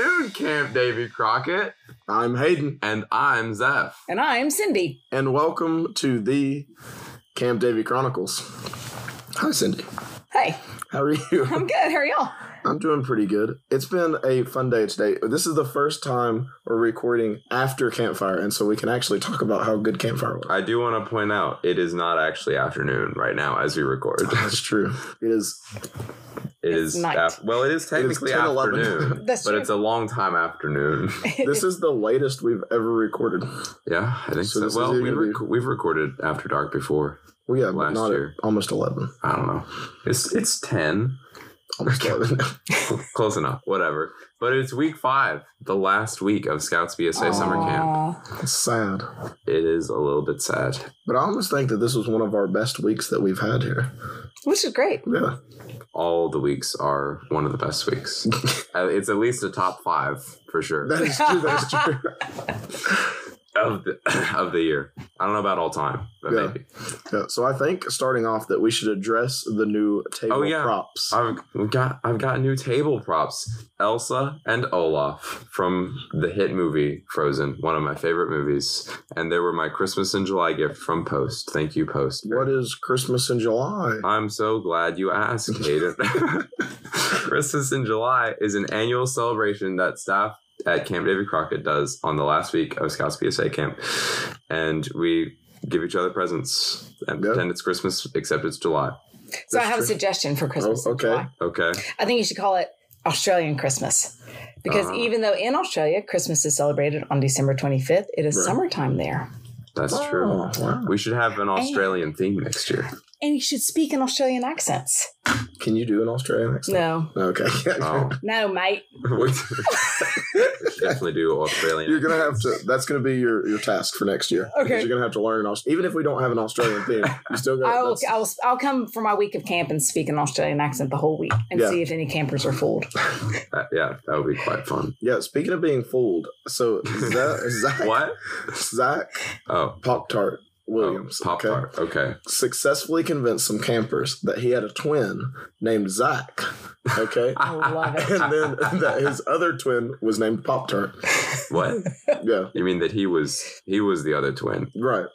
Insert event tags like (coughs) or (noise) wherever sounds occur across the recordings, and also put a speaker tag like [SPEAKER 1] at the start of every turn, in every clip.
[SPEAKER 1] I'm Davy Crockett,
[SPEAKER 2] I'm Hayden,
[SPEAKER 1] and I'm Zeph.
[SPEAKER 3] And I'm Cindy.
[SPEAKER 2] and welcome to the Camp Davy Chronicles. Hi, Cindy.
[SPEAKER 3] Hey,
[SPEAKER 2] How are you?
[SPEAKER 3] (laughs) I'm good. How are y'all?
[SPEAKER 2] I'm doing pretty good. It's been a fun day today. This is the first time we're recording after campfire, and so we can actually talk about how good
[SPEAKER 1] (laughs)
[SPEAKER 2] campfire was.
[SPEAKER 1] I do want to point out it is not actually afternoon right now as we
[SPEAKER 3] (laughs)
[SPEAKER 1] record.
[SPEAKER 2] That's true. It is.
[SPEAKER 1] It is
[SPEAKER 3] It's night.
[SPEAKER 1] af- well, it is technically
[SPEAKER 2] 10, 11.
[SPEAKER 1] afternoon,
[SPEAKER 2] (laughs)
[SPEAKER 3] That's
[SPEAKER 1] but
[SPEAKER 3] true.
[SPEAKER 1] it's a long time afternoon. (laughs)
[SPEAKER 2] This is the latest we've ever recorded.
[SPEAKER 1] yeah, I think
[SPEAKER 2] So
[SPEAKER 1] so.
[SPEAKER 2] this is
[SPEAKER 1] Well,
[SPEAKER 2] either
[SPEAKER 1] we
[SPEAKER 2] gonna
[SPEAKER 1] rec- we've recorded after dark before.
[SPEAKER 2] Well, yeah,
[SPEAKER 1] Last
[SPEAKER 2] but not
[SPEAKER 1] year.
[SPEAKER 2] at almost eleven.
[SPEAKER 1] I don't know. It's it's ten,
[SPEAKER 2] Almost eleven.
[SPEAKER 1] close enough. Whatever. But it's week five, the last week of Scouts BSA summer camp.
[SPEAKER 3] Aw.
[SPEAKER 2] That's sad.
[SPEAKER 1] It is a little bit sad.
[SPEAKER 2] But I almost think that this was one of our best weeks that we've had here.
[SPEAKER 3] Which is great.
[SPEAKER 2] Yeah.
[SPEAKER 1] All the weeks are one of the best weeks.
[SPEAKER 2] (laughs)
[SPEAKER 1] Uh, it's at least a top five for sure.
[SPEAKER 2] That is true. That's true.
[SPEAKER 1] of the (laughs) of the year. I don't know about all time, but
[SPEAKER 2] Yeah.
[SPEAKER 1] maybe.
[SPEAKER 2] Yeah, so I think starting off that we should address the new table
[SPEAKER 1] Oh, yeah.
[SPEAKER 2] props.
[SPEAKER 1] I've we've got I've got new table props. Elsa and Olaf from the hit movie Frozen, one of my favorite movies, and they were my Christmas and July gift from Post. Thank you, Post.
[SPEAKER 2] What is Christmas in July?
[SPEAKER 1] I'm so glad you asked, Caden. (laughs) Christmas in July is an annual celebration that staff at Camp David Crockett does on the last week of Scouts PSA camp. And we give each other presents and
[SPEAKER 2] Yeah.
[SPEAKER 1] pretend it's Christmas, except it's July.
[SPEAKER 3] So I have a
[SPEAKER 2] true.
[SPEAKER 3] suggestion for Christmas.
[SPEAKER 2] Oh,
[SPEAKER 3] in
[SPEAKER 2] okay.
[SPEAKER 3] July.
[SPEAKER 1] Okay.
[SPEAKER 3] I think you should call it Australian Christmas. Because
[SPEAKER 2] Uh-huh.
[SPEAKER 1] Ah.
[SPEAKER 3] even though in Australia Christmas is celebrated on December 25th, it is
[SPEAKER 2] Right.
[SPEAKER 3] summertime there.
[SPEAKER 1] That's
[SPEAKER 2] Oh,
[SPEAKER 1] true.
[SPEAKER 2] wow.
[SPEAKER 1] We should have an Australian theme next year.
[SPEAKER 3] And you should speak in Australian accents.
[SPEAKER 2] Can you do an Australian accent?
[SPEAKER 3] No,
[SPEAKER 2] Okay. (laughs)
[SPEAKER 1] Oh,
[SPEAKER 3] no, mate.
[SPEAKER 1] (laughs) we should definitely do Australian.
[SPEAKER 2] You're gonna have to. That's gonna be your, your task for next year.
[SPEAKER 3] Okay.
[SPEAKER 2] Because You're gonna have to learn Aus- even if we don't have an Australian theme. You still got.
[SPEAKER 3] I will,
[SPEAKER 2] that's-
[SPEAKER 3] I will, I'll come for my week of camp and speak an Australian accent the whole week and
[SPEAKER 2] Yeah.
[SPEAKER 3] see if any campers are fooled.
[SPEAKER 1] Uh, yeah, that would be quite fun.
[SPEAKER 2] Yeah. Speaking of being fooled, so Zach,
[SPEAKER 1] (laughs)
[SPEAKER 2] Zach,
[SPEAKER 1] What?
[SPEAKER 2] Zach
[SPEAKER 1] Oh,
[SPEAKER 2] Pop Tart Williams.
[SPEAKER 1] Pop Tart. okay.
[SPEAKER 2] successfully convinced some campers that he had a twin named Zach. Okay.
[SPEAKER 3] I love
[SPEAKER 2] (laughs)
[SPEAKER 3] it.
[SPEAKER 2] and then that his other twin was named Pop Tart.
[SPEAKER 1] What?
[SPEAKER 2] Yeah.
[SPEAKER 1] You mean that he was he was the other twin?
[SPEAKER 2] Right.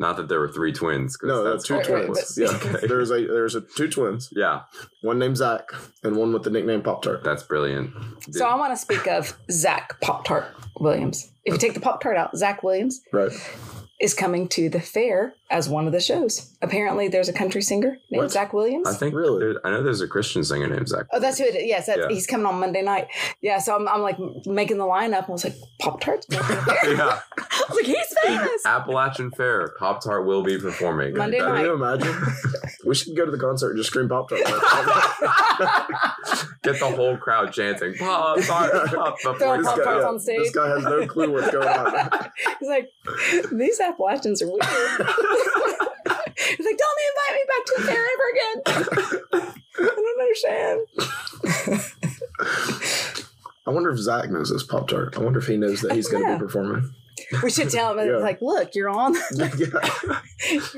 [SPEAKER 1] Not that there were three twins. 'cause
[SPEAKER 2] No, that's two
[SPEAKER 3] Right, right,
[SPEAKER 2] twins.
[SPEAKER 3] but-
[SPEAKER 2] Yeah. There's a there's a two twins,
[SPEAKER 1] Yeah,
[SPEAKER 2] one named Zach and one with the nickname Pop Tart.
[SPEAKER 1] that's brilliant.
[SPEAKER 3] So I want to speak of Zach Pop Tart Williams. If you take the Pop Tart out, Zach Williams
[SPEAKER 2] Right.
[SPEAKER 3] is coming to the fair as one of the shows. Apparently, there's a country singer named
[SPEAKER 2] What?
[SPEAKER 3] Zach Williams.
[SPEAKER 1] I think
[SPEAKER 2] Really?
[SPEAKER 1] there- I know there's a Christian singer named Zach.
[SPEAKER 3] Oh,
[SPEAKER 1] (laughs)
[SPEAKER 3] that's who it is. Yes, that's,
[SPEAKER 1] Yeah.
[SPEAKER 3] he's coming on Monday night. Yeah, so I'm, I'm like making the lineup. And I was like, Pop Tart? I
[SPEAKER 1] yeah,
[SPEAKER 3] was like, he's famous.
[SPEAKER 1] Appalachian Fair. Pop Tart will be performing.
[SPEAKER 3] Monday
[SPEAKER 1] That-
[SPEAKER 2] Can
[SPEAKER 3] night.
[SPEAKER 2] you imagine? we should go to the concert and just scream Pop Tart.
[SPEAKER 3] (laughs)
[SPEAKER 1] Get the whole crowd chanting Pop
[SPEAKER 2] (laughs)
[SPEAKER 1] Tart. Pop
[SPEAKER 3] Throw
[SPEAKER 1] before
[SPEAKER 3] a
[SPEAKER 1] you
[SPEAKER 3] Pop
[SPEAKER 1] start.
[SPEAKER 3] Tarts on stage.
[SPEAKER 2] this guy has no clue what's going on.
[SPEAKER 3] (laughs) (laughs) He's like, these Appalachians are weird. he's like, don't invite me back to the fair ever again. (laughs) I don't understand.
[SPEAKER 2] I wonder if Zach knows this Pop Tart. I wonder if he knows that he's going to
[SPEAKER 3] Yeah.
[SPEAKER 2] be performing. (laughs)
[SPEAKER 3] We should tell him.
[SPEAKER 2] Yeah.
[SPEAKER 3] It's like, look, you're on. (laughs)
[SPEAKER 2] yeah.
[SPEAKER 3] You're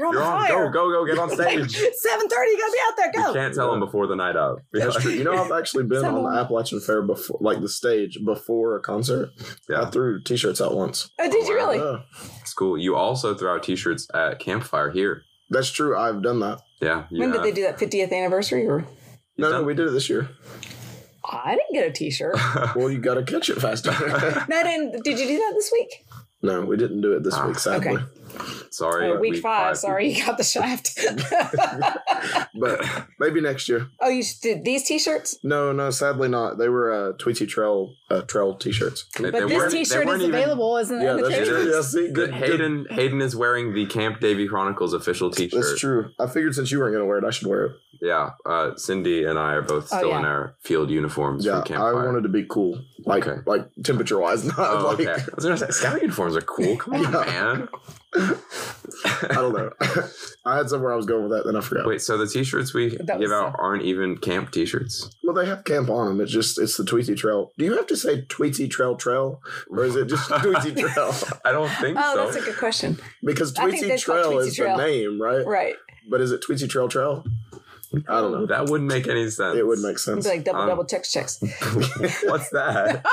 [SPEAKER 3] on
[SPEAKER 1] You're on.
[SPEAKER 3] fire.
[SPEAKER 1] Go, go, go. Get on stage.
[SPEAKER 3] (laughs) Seven thirty, you gotta be out there.
[SPEAKER 1] You can't tell them before the night
[SPEAKER 3] (laughs)
[SPEAKER 1] of.
[SPEAKER 2] That's
[SPEAKER 1] (laughs)
[SPEAKER 2] true. You know, I've actually been on
[SPEAKER 3] Someone-
[SPEAKER 2] the Appalachian Fair before, like the stage before a concert.
[SPEAKER 1] Yeah.
[SPEAKER 2] I threw T-shirts out once.
[SPEAKER 3] Oh, did you really?
[SPEAKER 2] Yeah.
[SPEAKER 1] It's cool. You also throw out T-shirts at campfire here.
[SPEAKER 2] That's true. I've done that.
[SPEAKER 1] Yeah. You
[SPEAKER 3] When did
[SPEAKER 1] have.
[SPEAKER 3] they do that fiftieth anniversary? Or
[SPEAKER 1] You
[SPEAKER 2] No,
[SPEAKER 1] done-
[SPEAKER 2] no, we did it this year.
[SPEAKER 3] I didn't get a (laughs) T-shirt.
[SPEAKER 2] Well, you got to catch it
[SPEAKER 1] (laughs)
[SPEAKER 2] faster.
[SPEAKER 3] no, I didn't. Did you do that this week?
[SPEAKER 2] no, we didn't do it this
[SPEAKER 1] Ah,
[SPEAKER 2] week, sadly.
[SPEAKER 3] okay.
[SPEAKER 1] Sorry. uh,
[SPEAKER 3] Oh, week,
[SPEAKER 1] week
[SPEAKER 3] five,
[SPEAKER 1] five.
[SPEAKER 3] Sorry, you got the shaft. (laughs)
[SPEAKER 2] But maybe next year.
[SPEAKER 3] oh, you did these T-shirts.
[SPEAKER 2] No, no, sadly not. They were uh, Tweety Trail uh, Trail T-shirts.
[SPEAKER 1] They- they
[SPEAKER 3] But
[SPEAKER 1] weren't-
[SPEAKER 3] this
[SPEAKER 1] they
[SPEAKER 3] T-shirt
[SPEAKER 1] weren't
[SPEAKER 3] is
[SPEAKER 1] even-
[SPEAKER 3] available, isn't it?
[SPEAKER 2] Yeah,
[SPEAKER 3] in the
[SPEAKER 2] that's
[SPEAKER 3] trade?
[SPEAKER 2] true.
[SPEAKER 1] It
[SPEAKER 2] Yeah,
[SPEAKER 1] is.
[SPEAKER 2] see, good,
[SPEAKER 1] Good-
[SPEAKER 2] good.
[SPEAKER 1] Hayden Hayden is wearing the Camp Davy Chronicles official T-shirt.
[SPEAKER 2] That's true. I figured since you weren't going to wear it, I should wear it.
[SPEAKER 1] Yeah, uh, Cindy and I are both
[SPEAKER 3] Oh,
[SPEAKER 1] still in
[SPEAKER 3] yeah.
[SPEAKER 1] our field uniforms
[SPEAKER 2] Yeah,
[SPEAKER 1] from Camp
[SPEAKER 2] I wanted to be cool, like
[SPEAKER 1] Okay.
[SPEAKER 2] like temperature wise. (laughs) Not
[SPEAKER 1] Oh,
[SPEAKER 2] like
[SPEAKER 1] okay. I was gonna say, scout uniforms are cool. Come on,
[SPEAKER 2] (laughs) Yeah.
[SPEAKER 1] man.
[SPEAKER 2] I don't know. (laughs) I had somewhere I was going with that, then I forgot.
[SPEAKER 1] Wait, so the T-shirts we
[SPEAKER 3] That
[SPEAKER 1] give
[SPEAKER 3] was-
[SPEAKER 1] out aren't even camp T-shirts?
[SPEAKER 2] Well, they have camp on them. It's just it's the Tweety Trail. Do you have to say Tweety Trail Trail, or is it
[SPEAKER 1] (laughs)
[SPEAKER 2] just Tweety Trail?
[SPEAKER 1] I don't think
[SPEAKER 3] Oh,
[SPEAKER 1] so.
[SPEAKER 3] that's a good question.
[SPEAKER 2] Because
[SPEAKER 3] I think
[SPEAKER 2] Tweety
[SPEAKER 3] that's called
[SPEAKER 2] Trail
[SPEAKER 3] Tweety
[SPEAKER 2] is
[SPEAKER 1] (laughs)
[SPEAKER 3] Trail.
[SPEAKER 2] the name, right?
[SPEAKER 3] Right.
[SPEAKER 2] But is it Tweety Trail Trail? I don't know.
[SPEAKER 1] Oh, That wouldn't make any sense.
[SPEAKER 2] It would
[SPEAKER 1] (laughs)
[SPEAKER 2] make
[SPEAKER 3] It's
[SPEAKER 2] sense.
[SPEAKER 3] like double
[SPEAKER 1] Um,
[SPEAKER 3] double
[SPEAKER 1] (laughs)
[SPEAKER 3] checks checks.
[SPEAKER 1] What's
[SPEAKER 3] (laughs)
[SPEAKER 1] that?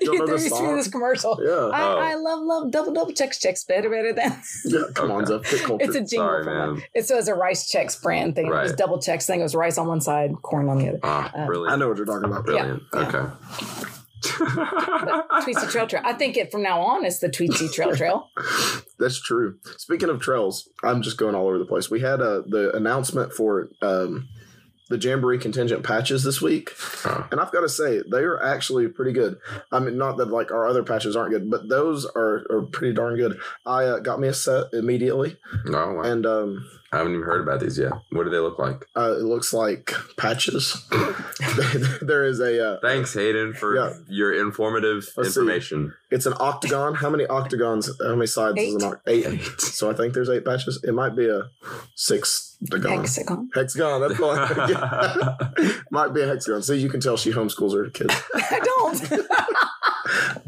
[SPEAKER 2] know
[SPEAKER 3] you
[SPEAKER 2] this
[SPEAKER 3] used to be
[SPEAKER 2] song?
[SPEAKER 3] this commercial.
[SPEAKER 2] Yeah.
[SPEAKER 3] I,
[SPEAKER 1] Oh.
[SPEAKER 3] I love love double double checks checks better better than (laughs)
[SPEAKER 2] yeah. Come on, Zeph. Pick culture.
[SPEAKER 3] it's a jingle.
[SPEAKER 1] Sorry,
[SPEAKER 3] for that.
[SPEAKER 1] man.
[SPEAKER 3] It's so it's a rice checks brand thing. It was
[SPEAKER 1] Right.
[SPEAKER 3] double checks thing. It was rice on one side, corn on
[SPEAKER 1] (laughs)
[SPEAKER 3] the other.
[SPEAKER 1] Ah,
[SPEAKER 3] Uh,
[SPEAKER 2] I
[SPEAKER 1] brilliant.
[SPEAKER 2] know what you're talking about.
[SPEAKER 3] Yeah.
[SPEAKER 1] Brilliant.
[SPEAKER 3] yeah.
[SPEAKER 1] Okay.
[SPEAKER 3] Tweetsy Trail Trail. I think it from now on it's the Tweetsy Trail Trail.
[SPEAKER 2] That's true. Speaking of trails, I'm just going all over the place. We had uh, the announcement for um, the Jamboree contingent patches this week,
[SPEAKER 1] (laughs) Oh.
[SPEAKER 2] and I've got to say they are actually pretty good. I mean, not that like our other patches aren't good, but those are, are pretty darn good. I uh, got me a set immediately,
[SPEAKER 1] No, wow.
[SPEAKER 2] and um,
[SPEAKER 1] I haven't even heard about these yet. What do they look like?
[SPEAKER 2] uh, it looks like patches. (laughs) there is a uh,
[SPEAKER 1] Thanks, Hayden, for
[SPEAKER 2] Yeah.
[SPEAKER 1] your informative
[SPEAKER 2] Let's see. (laughs)
[SPEAKER 1] information.
[SPEAKER 2] it's an octagon. How many octagons? How many sides is an oct- eight? So I think there's eight patches. It might be a six.
[SPEAKER 3] Hexagon. (laughs)
[SPEAKER 2] Hexagon. That's all I
[SPEAKER 1] (laughs)
[SPEAKER 2] can get. (laughs) Might be a hexagon. So you can tell she homeschools her kids.
[SPEAKER 3] I don't.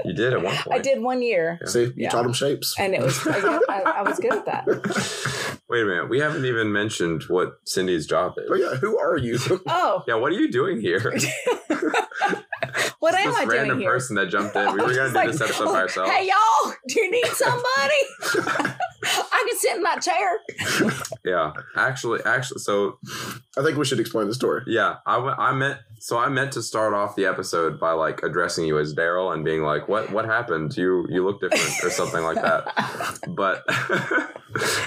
[SPEAKER 1] you did at one point.
[SPEAKER 3] I did one year,
[SPEAKER 2] See, you
[SPEAKER 3] Yeah.
[SPEAKER 2] taught them shapes.
[SPEAKER 3] and it was I, I, I was good
[SPEAKER 1] (laughs)
[SPEAKER 3] at that.
[SPEAKER 1] Wait a minute. We haven't even mentioned what Cindy's job
[SPEAKER 2] But
[SPEAKER 1] is.
[SPEAKER 2] yeah, who are you? (laughs)
[SPEAKER 3] Oh,
[SPEAKER 1] Yeah, what are you doing here?
[SPEAKER 3] what
[SPEAKER 1] It's
[SPEAKER 3] am
[SPEAKER 1] this
[SPEAKER 3] I
[SPEAKER 1] random
[SPEAKER 3] doing here?
[SPEAKER 1] person that jumped
[SPEAKER 3] (laughs)
[SPEAKER 1] in. We
[SPEAKER 3] I
[SPEAKER 1] were gonna do
[SPEAKER 3] was just like, oh,
[SPEAKER 1] this episode by ourselves.
[SPEAKER 3] Hey y'all,
[SPEAKER 1] (laughs)
[SPEAKER 3] do you need somebody? I can sit in my chair.
[SPEAKER 1] Yeah, actually, actually, so
[SPEAKER 2] I think we should explain the story.
[SPEAKER 1] yeah, I, w- I meant so I meant to start off the episode by like addressing you as Daryl and being like, what what happened? You you look different or something like that. But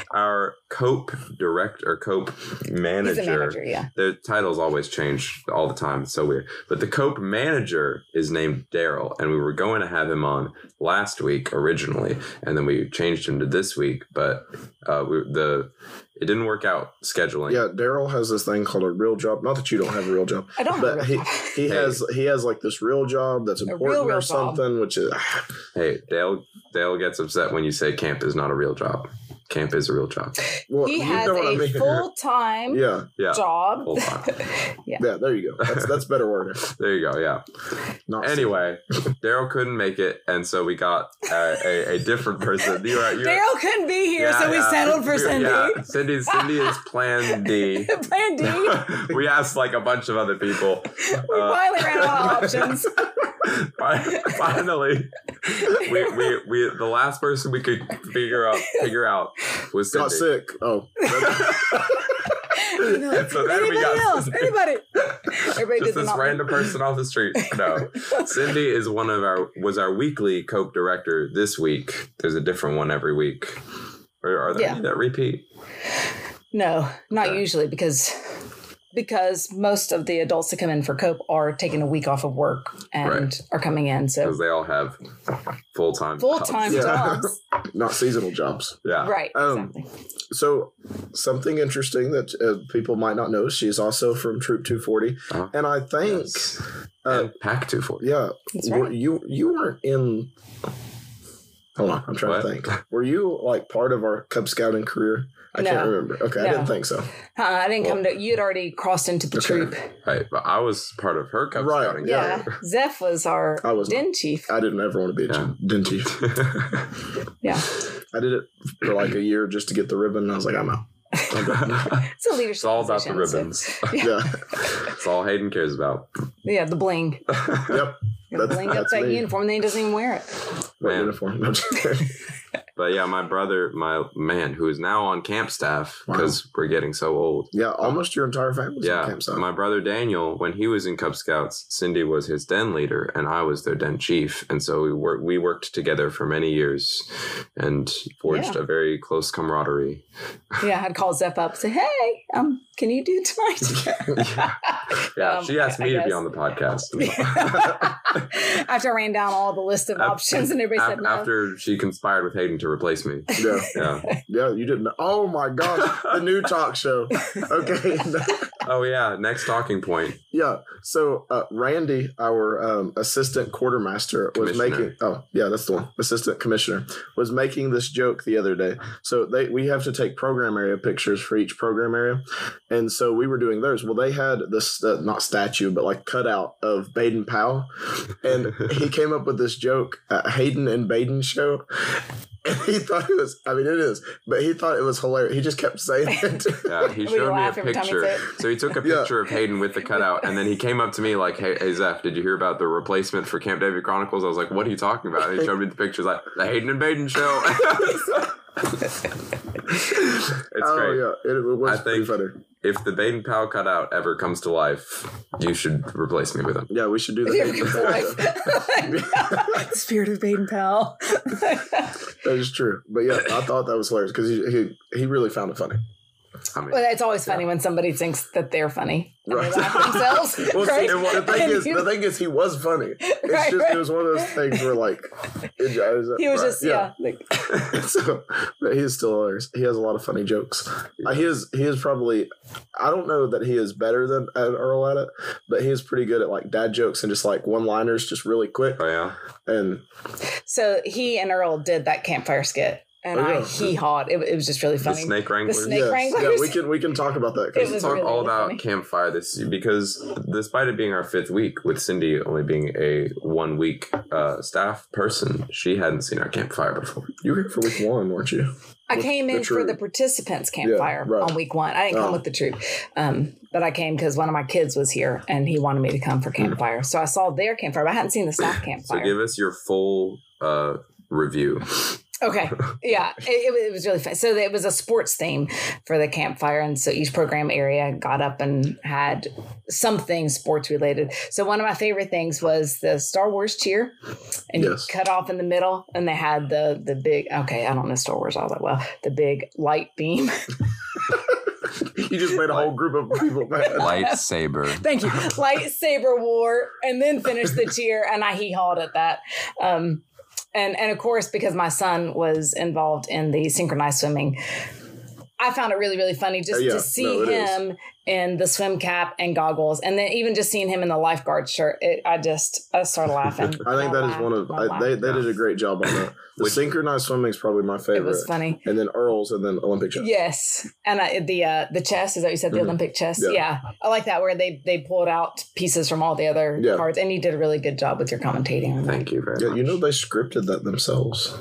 [SPEAKER 1] (laughs) our cope director, cope
[SPEAKER 3] He's a
[SPEAKER 1] manager
[SPEAKER 3] manager, yeah.
[SPEAKER 1] their titles always change all the time. It's so weird. But the Cope manager is named Daryl, and we were going to have him on last week originally, and then we changed him to this week. But uh, we, the it didn't work out scheduling.
[SPEAKER 2] Yeah, Daryl has this thing called a real job. Not that you don't have a real job,
[SPEAKER 3] I don't
[SPEAKER 2] but he
[SPEAKER 3] remember.
[SPEAKER 2] he has he has like this real job that's
[SPEAKER 3] real,
[SPEAKER 2] important
[SPEAKER 3] real
[SPEAKER 2] or
[SPEAKER 3] job.
[SPEAKER 2] something, which is (sighs) ah,
[SPEAKER 1] Hey, Dale. Dale gets upset when you say camp is not a real job. Camp is a real job.
[SPEAKER 2] well,
[SPEAKER 3] (laughs) He
[SPEAKER 2] you
[SPEAKER 3] has
[SPEAKER 2] know what I
[SPEAKER 3] a
[SPEAKER 2] mean.
[SPEAKER 3] full
[SPEAKER 2] (laughs)
[SPEAKER 3] time
[SPEAKER 2] yeah,
[SPEAKER 1] Yeah.
[SPEAKER 3] job.
[SPEAKER 1] Full time.
[SPEAKER 2] yeah. There you go. That's that's better word.
[SPEAKER 1] There you go. Yeah.
[SPEAKER 2] Not
[SPEAKER 1] Anyway, Daryl couldn't make it, and so we got uh, a, a different person. You are, you are,
[SPEAKER 3] Daryl couldn't be here, so we
[SPEAKER 1] yeah.
[SPEAKER 3] settled for
[SPEAKER 1] We-
[SPEAKER 3] Cindy.
[SPEAKER 1] Yeah, Cindy, Cindy is Plan
[SPEAKER 3] (laughs)
[SPEAKER 1] D. (laughs)
[SPEAKER 3] Plan D.
[SPEAKER 1] Uh,
[SPEAKER 3] We
[SPEAKER 1] we asked like a bunch of other people. Uh,
[SPEAKER 3] finally ran
[SPEAKER 1] (laughs)
[SPEAKER 3] out of options.
[SPEAKER 1] fi- finally,
[SPEAKER 3] (laughs)
[SPEAKER 1] we, we, we the last person we could figure out figure out was Cindy.
[SPEAKER 2] got sick. Oh,
[SPEAKER 3] You
[SPEAKER 1] (laughs)
[SPEAKER 3] know,
[SPEAKER 1] So then we
[SPEAKER 3] anybody
[SPEAKER 1] got
[SPEAKER 3] else?
[SPEAKER 1] Cindy. (laughs)
[SPEAKER 3] Anybody? Everybody
[SPEAKER 1] Just
[SPEAKER 3] did the
[SPEAKER 1] this
[SPEAKER 3] not-
[SPEAKER 1] random person off the street. No,
[SPEAKER 3] (laughs)
[SPEAKER 1] Cindy is one of our was our weekly cope director this week. There's a different one every week. Or are there
[SPEAKER 3] Yeah.
[SPEAKER 1] any that repeat?
[SPEAKER 3] No, not usually because because most of the adults that come in for cope are taking a week off of work and
[SPEAKER 1] Right.
[SPEAKER 3] are coming in. So
[SPEAKER 1] Because they all have full time
[SPEAKER 3] full time
[SPEAKER 2] Yeah.
[SPEAKER 3] jobs.
[SPEAKER 2] not seasonal jobs.
[SPEAKER 1] Yeah,
[SPEAKER 3] (laughs) Right.
[SPEAKER 2] Um,
[SPEAKER 3] exactly.
[SPEAKER 2] So, something interesting that uh, people might not know, she's also from Troop 240.
[SPEAKER 1] Uh-huh.
[SPEAKER 2] And I think,
[SPEAKER 1] Yes.
[SPEAKER 2] uh,
[SPEAKER 1] and pack two for
[SPEAKER 2] yeah,
[SPEAKER 3] That's
[SPEAKER 2] were-
[SPEAKER 3] right.
[SPEAKER 2] you you weren't in. Hold on, I'm trying to
[SPEAKER 1] What?
[SPEAKER 2] think. Were you like part of our Cub Scouting career? I can't
[SPEAKER 3] No.
[SPEAKER 2] remember. Okay, I
[SPEAKER 3] No.
[SPEAKER 2] didn't think so.
[SPEAKER 3] Uh, I didn't come to. You had already crossed into the
[SPEAKER 2] Okay.
[SPEAKER 3] troop.
[SPEAKER 1] Right, but I was part of her Cub
[SPEAKER 2] Right,
[SPEAKER 1] Scouting.
[SPEAKER 3] Yeah. Zeph was our
[SPEAKER 2] I was not.
[SPEAKER 3] den chief.
[SPEAKER 2] I didn't ever want to be a
[SPEAKER 1] Yeah.
[SPEAKER 2] didn't you?
[SPEAKER 3] Yeah,
[SPEAKER 2] I did it for like a year just to get the ribbon. And I was like, I'm out.
[SPEAKER 3] it's a leadership.
[SPEAKER 1] it's all about the
[SPEAKER 3] position, so- (laughs)
[SPEAKER 1] ribbons.
[SPEAKER 2] Yeah,
[SPEAKER 1] (laughs)
[SPEAKER 2] (laughs)
[SPEAKER 1] That's all Hayden cares about. (laughs)
[SPEAKER 3] yeah, the bling.
[SPEAKER 2] yep.
[SPEAKER 3] The
[SPEAKER 2] That's-
[SPEAKER 3] bling up
[SPEAKER 2] that's
[SPEAKER 3] that
[SPEAKER 2] me.
[SPEAKER 3] uniform, then he doesn't even wear it.
[SPEAKER 2] What
[SPEAKER 1] Man.
[SPEAKER 2] uniform? No, I'm just kidding.
[SPEAKER 1] But yeah, my brother, my man, who is now on camp staff because we're getting so old.
[SPEAKER 2] yeah, almost your entire family.
[SPEAKER 1] Yeah, my brother Daniel, when he was in Cub Scouts, Cindy was his den leader, and I was their den chief, and so we worked. We worked together for many years, and forged a very close camaraderie.
[SPEAKER 3] Yeah, I'd call Zeph up, say, "Hey, um, can you do tonight?"
[SPEAKER 1] yeah, Yeah,
[SPEAKER 3] Um,
[SPEAKER 1] she asked
[SPEAKER 3] I- I
[SPEAKER 1] me to be
[SPEAKER 3] guess.
[SPEAKER 1] on the
[SPEAKER 3] (laughs)
[SPEAKER 1] podcast.
[SPEAKER 3] after I ran down all the list of
[SPEAKER 1] Af-
[SPEAKER 3] options, and everybody said
[SPEAKER 1] Af-
[SPEAKER 3] no.
[SPEAKER 1] After she conspired with Hayden to replace me.
[SPEAKER 2] yeah.
[SPEAKER 1] Yeah.
[SPEAKER 2] Yeah, you didn't. Oh my gosh, the new
[SPEAKER 1] (laughs)
[SPEAKER 2] talk show. Okay. (laughs)
[SPEAKER 1] Oh yeah. Next talking point.
[SPEAKER 2] yeah. So uh, Randy, our um, assistant quartermaster, was
[SPEAKER 1] Commissioner.
[SPEAKER 2] making. Oh yeah, that's the one. Assistant commissioner was making this joke the other day. So they we have to take program area pictures for each program area, and so we were doing those. Well, they had this uh, not statue, but like cutout of
[SPEAKER 1] (laughs)
[SPEAKER 2] Baden Powell, and he came up with this joke, uh, Hayden and Baden show. And he thought it was, I mean, it is, but he thought it was hilarious. He just kept saying
[SPEAKER 1] (laughs)
[SPEAKER 2] it.
[SPEAKER 3] (laughs)
[SPEAKER 1] Yeah, Uh, he
[SPEAKER 3] We
[SPEAKER 1] showed me a
[SPEAKER 3] laugh every time he
[SPEAKER 1] picture.
[SPEAKER 3] said
[SPEAKER 1] So he took a
[SPEAKER 2] Yeah.
[SPEAKER 1] picture of Hayden with the cutout, and then he came up to me like, "Hey, hey Zeph, did you hear about the replacement for Camp David Chronicles?" I was like, "What are you talking about?" And he showed me the pictures, like the Hayden and Baden
[SPEAKER 3] (laughs)
[SPEAKER 1] show. (laughs) it's
[SPEAKER 2] oh,
[SPEAKER 1] great.
[SPEAKER 2] yeah. It, it was
[SPEAKER 1] I
[SPEAKER 2] pretty
[SPEAKER 1] think-
[SPEAKER 2] funny.
[SPEAKER 1] If the Baden Powell cutout ever comes to life, you should replace me with him.
[SPEAKER 2] Yeah, we should do
[SPEAKER 3] (laughs) If you ever come to
[SPEAKER 2] that.
[SPEAKER 3] life.
[SPEAKER 2] (laughs)
[SPEAKER 3] The Spirit of Baden Powell.
[SPEAKER 2] that is true. But yeah, I thought that was hilarious because he, he, he really found it funny.
[SPEAKER 1] I mean,
[SPEAKER 3] (laughs) Well, it's always funny when somebody thinks that they're funny. and
[SPEAKER 2] Right.
[SPEAKER 3] They laugh themselves.
[SPEAKER 2] (laughs) Well, see,
[SPEAKER 3] right?
[SPEAKER 2] and what- the thing
[SPEAKER 3] And
[SPEAKER 2] is,
[SPEAKER 3] he,
[SPEAKER 2] the thing is, he was
[SPEAKER 3] (laughs)
[SPEAKER 2] funny. It's
[SPEAKER 3] Right,
[SPEAKER 2] just
[SPEAKER 3] right.
[SPEAKER 2] it was one of those things where like, it, I was,
[SPEAKER 3] he was
[SPEAKER 2] right,
[SPEAKER 3] just, yeah. like,
[SPEAKER 2] (laughs) so, but he's still hilarious. He has a lot of funny jokes. Uh, he is he is probably I don't know that he is better than uh, Earl at it, but he is pretty good at like dad jokes and just like one liners, just really quick.
[SPEAKER 1] oh yeah,
[SPEAKER 2] And
[SPEAKER 3] so he and Earl did that campfire skit, and
[SPEAKER 2] Oh, yeah.
[SPEAKER 3] I he hawed. It, it was just really
[SPEAKER 1] the
[SPEAKER 3] funny.
[SPEAKER 1] snake wranglers.
[SPEAKER 3] snake- Snake
[SPEAKER 2] yeah,
[SPEAKER 3] Wranglers?
[SPEAKER 2] we can we can talk about that. 'cause
[SPEAKER 3] It was
[SPEAKER 1] talk
[SPEAKER 3] really,
[SPEAKER 1] all
[SPEAKER 3] really
[SPEAKER 1] about
[SPEAKER 3] funny.
[SPEAKER 1] campfire this because despite it being our fifth week with cindy only being a one week uh, staff person she hadn't seen our campfire before
[SPEAKER 2] you were here for week one, weren't you?
[SPEAKER 3] I came
[SPEAKER 2] the
[SPEAKER 3] in for
[SPEAKER 2] troop.
[SPEAKER 3] the participants campfire
[SPEAKER 2] right.
[SPEAKER 3] on week one. I didn't
[SPEAKER 2] Oh.
[SPEAKER 3] come with the troop, um, but I came because one of my kids was here and he wanted me to come for
[SPEAKER 2] Hmm.
[SPEAKER 3] campfire. So I saw their campfire, but I hadn't seen the staff
[SPEAKER 1] so
[SPEAKER 3] campfire.
[SPEAKER 1] give us your full uh, review
[SPEAKER 3] Okay. Yeah. It, it, was- it was really fun. So it was a sports theme for the campfire. And so each program area got up and had something sports related. So one of my favorite things was the Star Wars cheer. And
[SPEAKER 2] Yes.
[SPEAKER 3] you cut off in the middle and they had the the big okay, I don't know Star Wars all that well. The big light beam.
[SPEAKER 2] You just made a whole group of
[SPEAKER 3] (laughs)
[SPEAKER 2] people mad.
[SPEAKER 1] lightsaber
[SPEAKER 2] (laughs)
[SPEAKER 3] Thank you. Lightsaber war and then finished the cheer. And I hee hawed at that. Um and, and of course, because my son was involved in the synchronized swimming, I found it really, really funny just
[SPEAKER 2] Uh, yeah.
[SPEAKER 3] to see
[SPEAKER 2] No, it is.
[SPEAKER 3] him in the swim cap and goggles. And then even just seeing him in the lifeguard shirt, it, I just I started laughing.
[SPEAKER 2] (laughs) I think that is one of I, they they
[SPEAKER 1] Yeah.
[SPEAKER 2] did a great job on that. The
[SPEAKER 1] Which-
[SPEAKER 2] synchronized swimming is probably my
[SPEAKER 3] It
[SPEAKER 2] favorite,
[SPEAKER 3] was funny.
[SPEAKER 2] and then Earl's, and then Olympic jump.
[SPEAKER 3] Yes, and I, the uh, the chess is that what you said the
[SPEAKER 2] Mhm.
[SPEAKER 3] Olympic chess.
[SPEAKER 2] Yeah.
[SPEAKER 3] Yeah. I like that where they they pulled out pieces from all the other
[SPEAKER 2] Yeah.
[SPEAKER 3] cards, and you did a really good job with your commentating on that.
[SPEAKER 1] thank you very
[SPEAKER 2] Yeah,
[SPEAKER 1] much (laughs)
[SPEAKER 2] you know they scripted that themselves.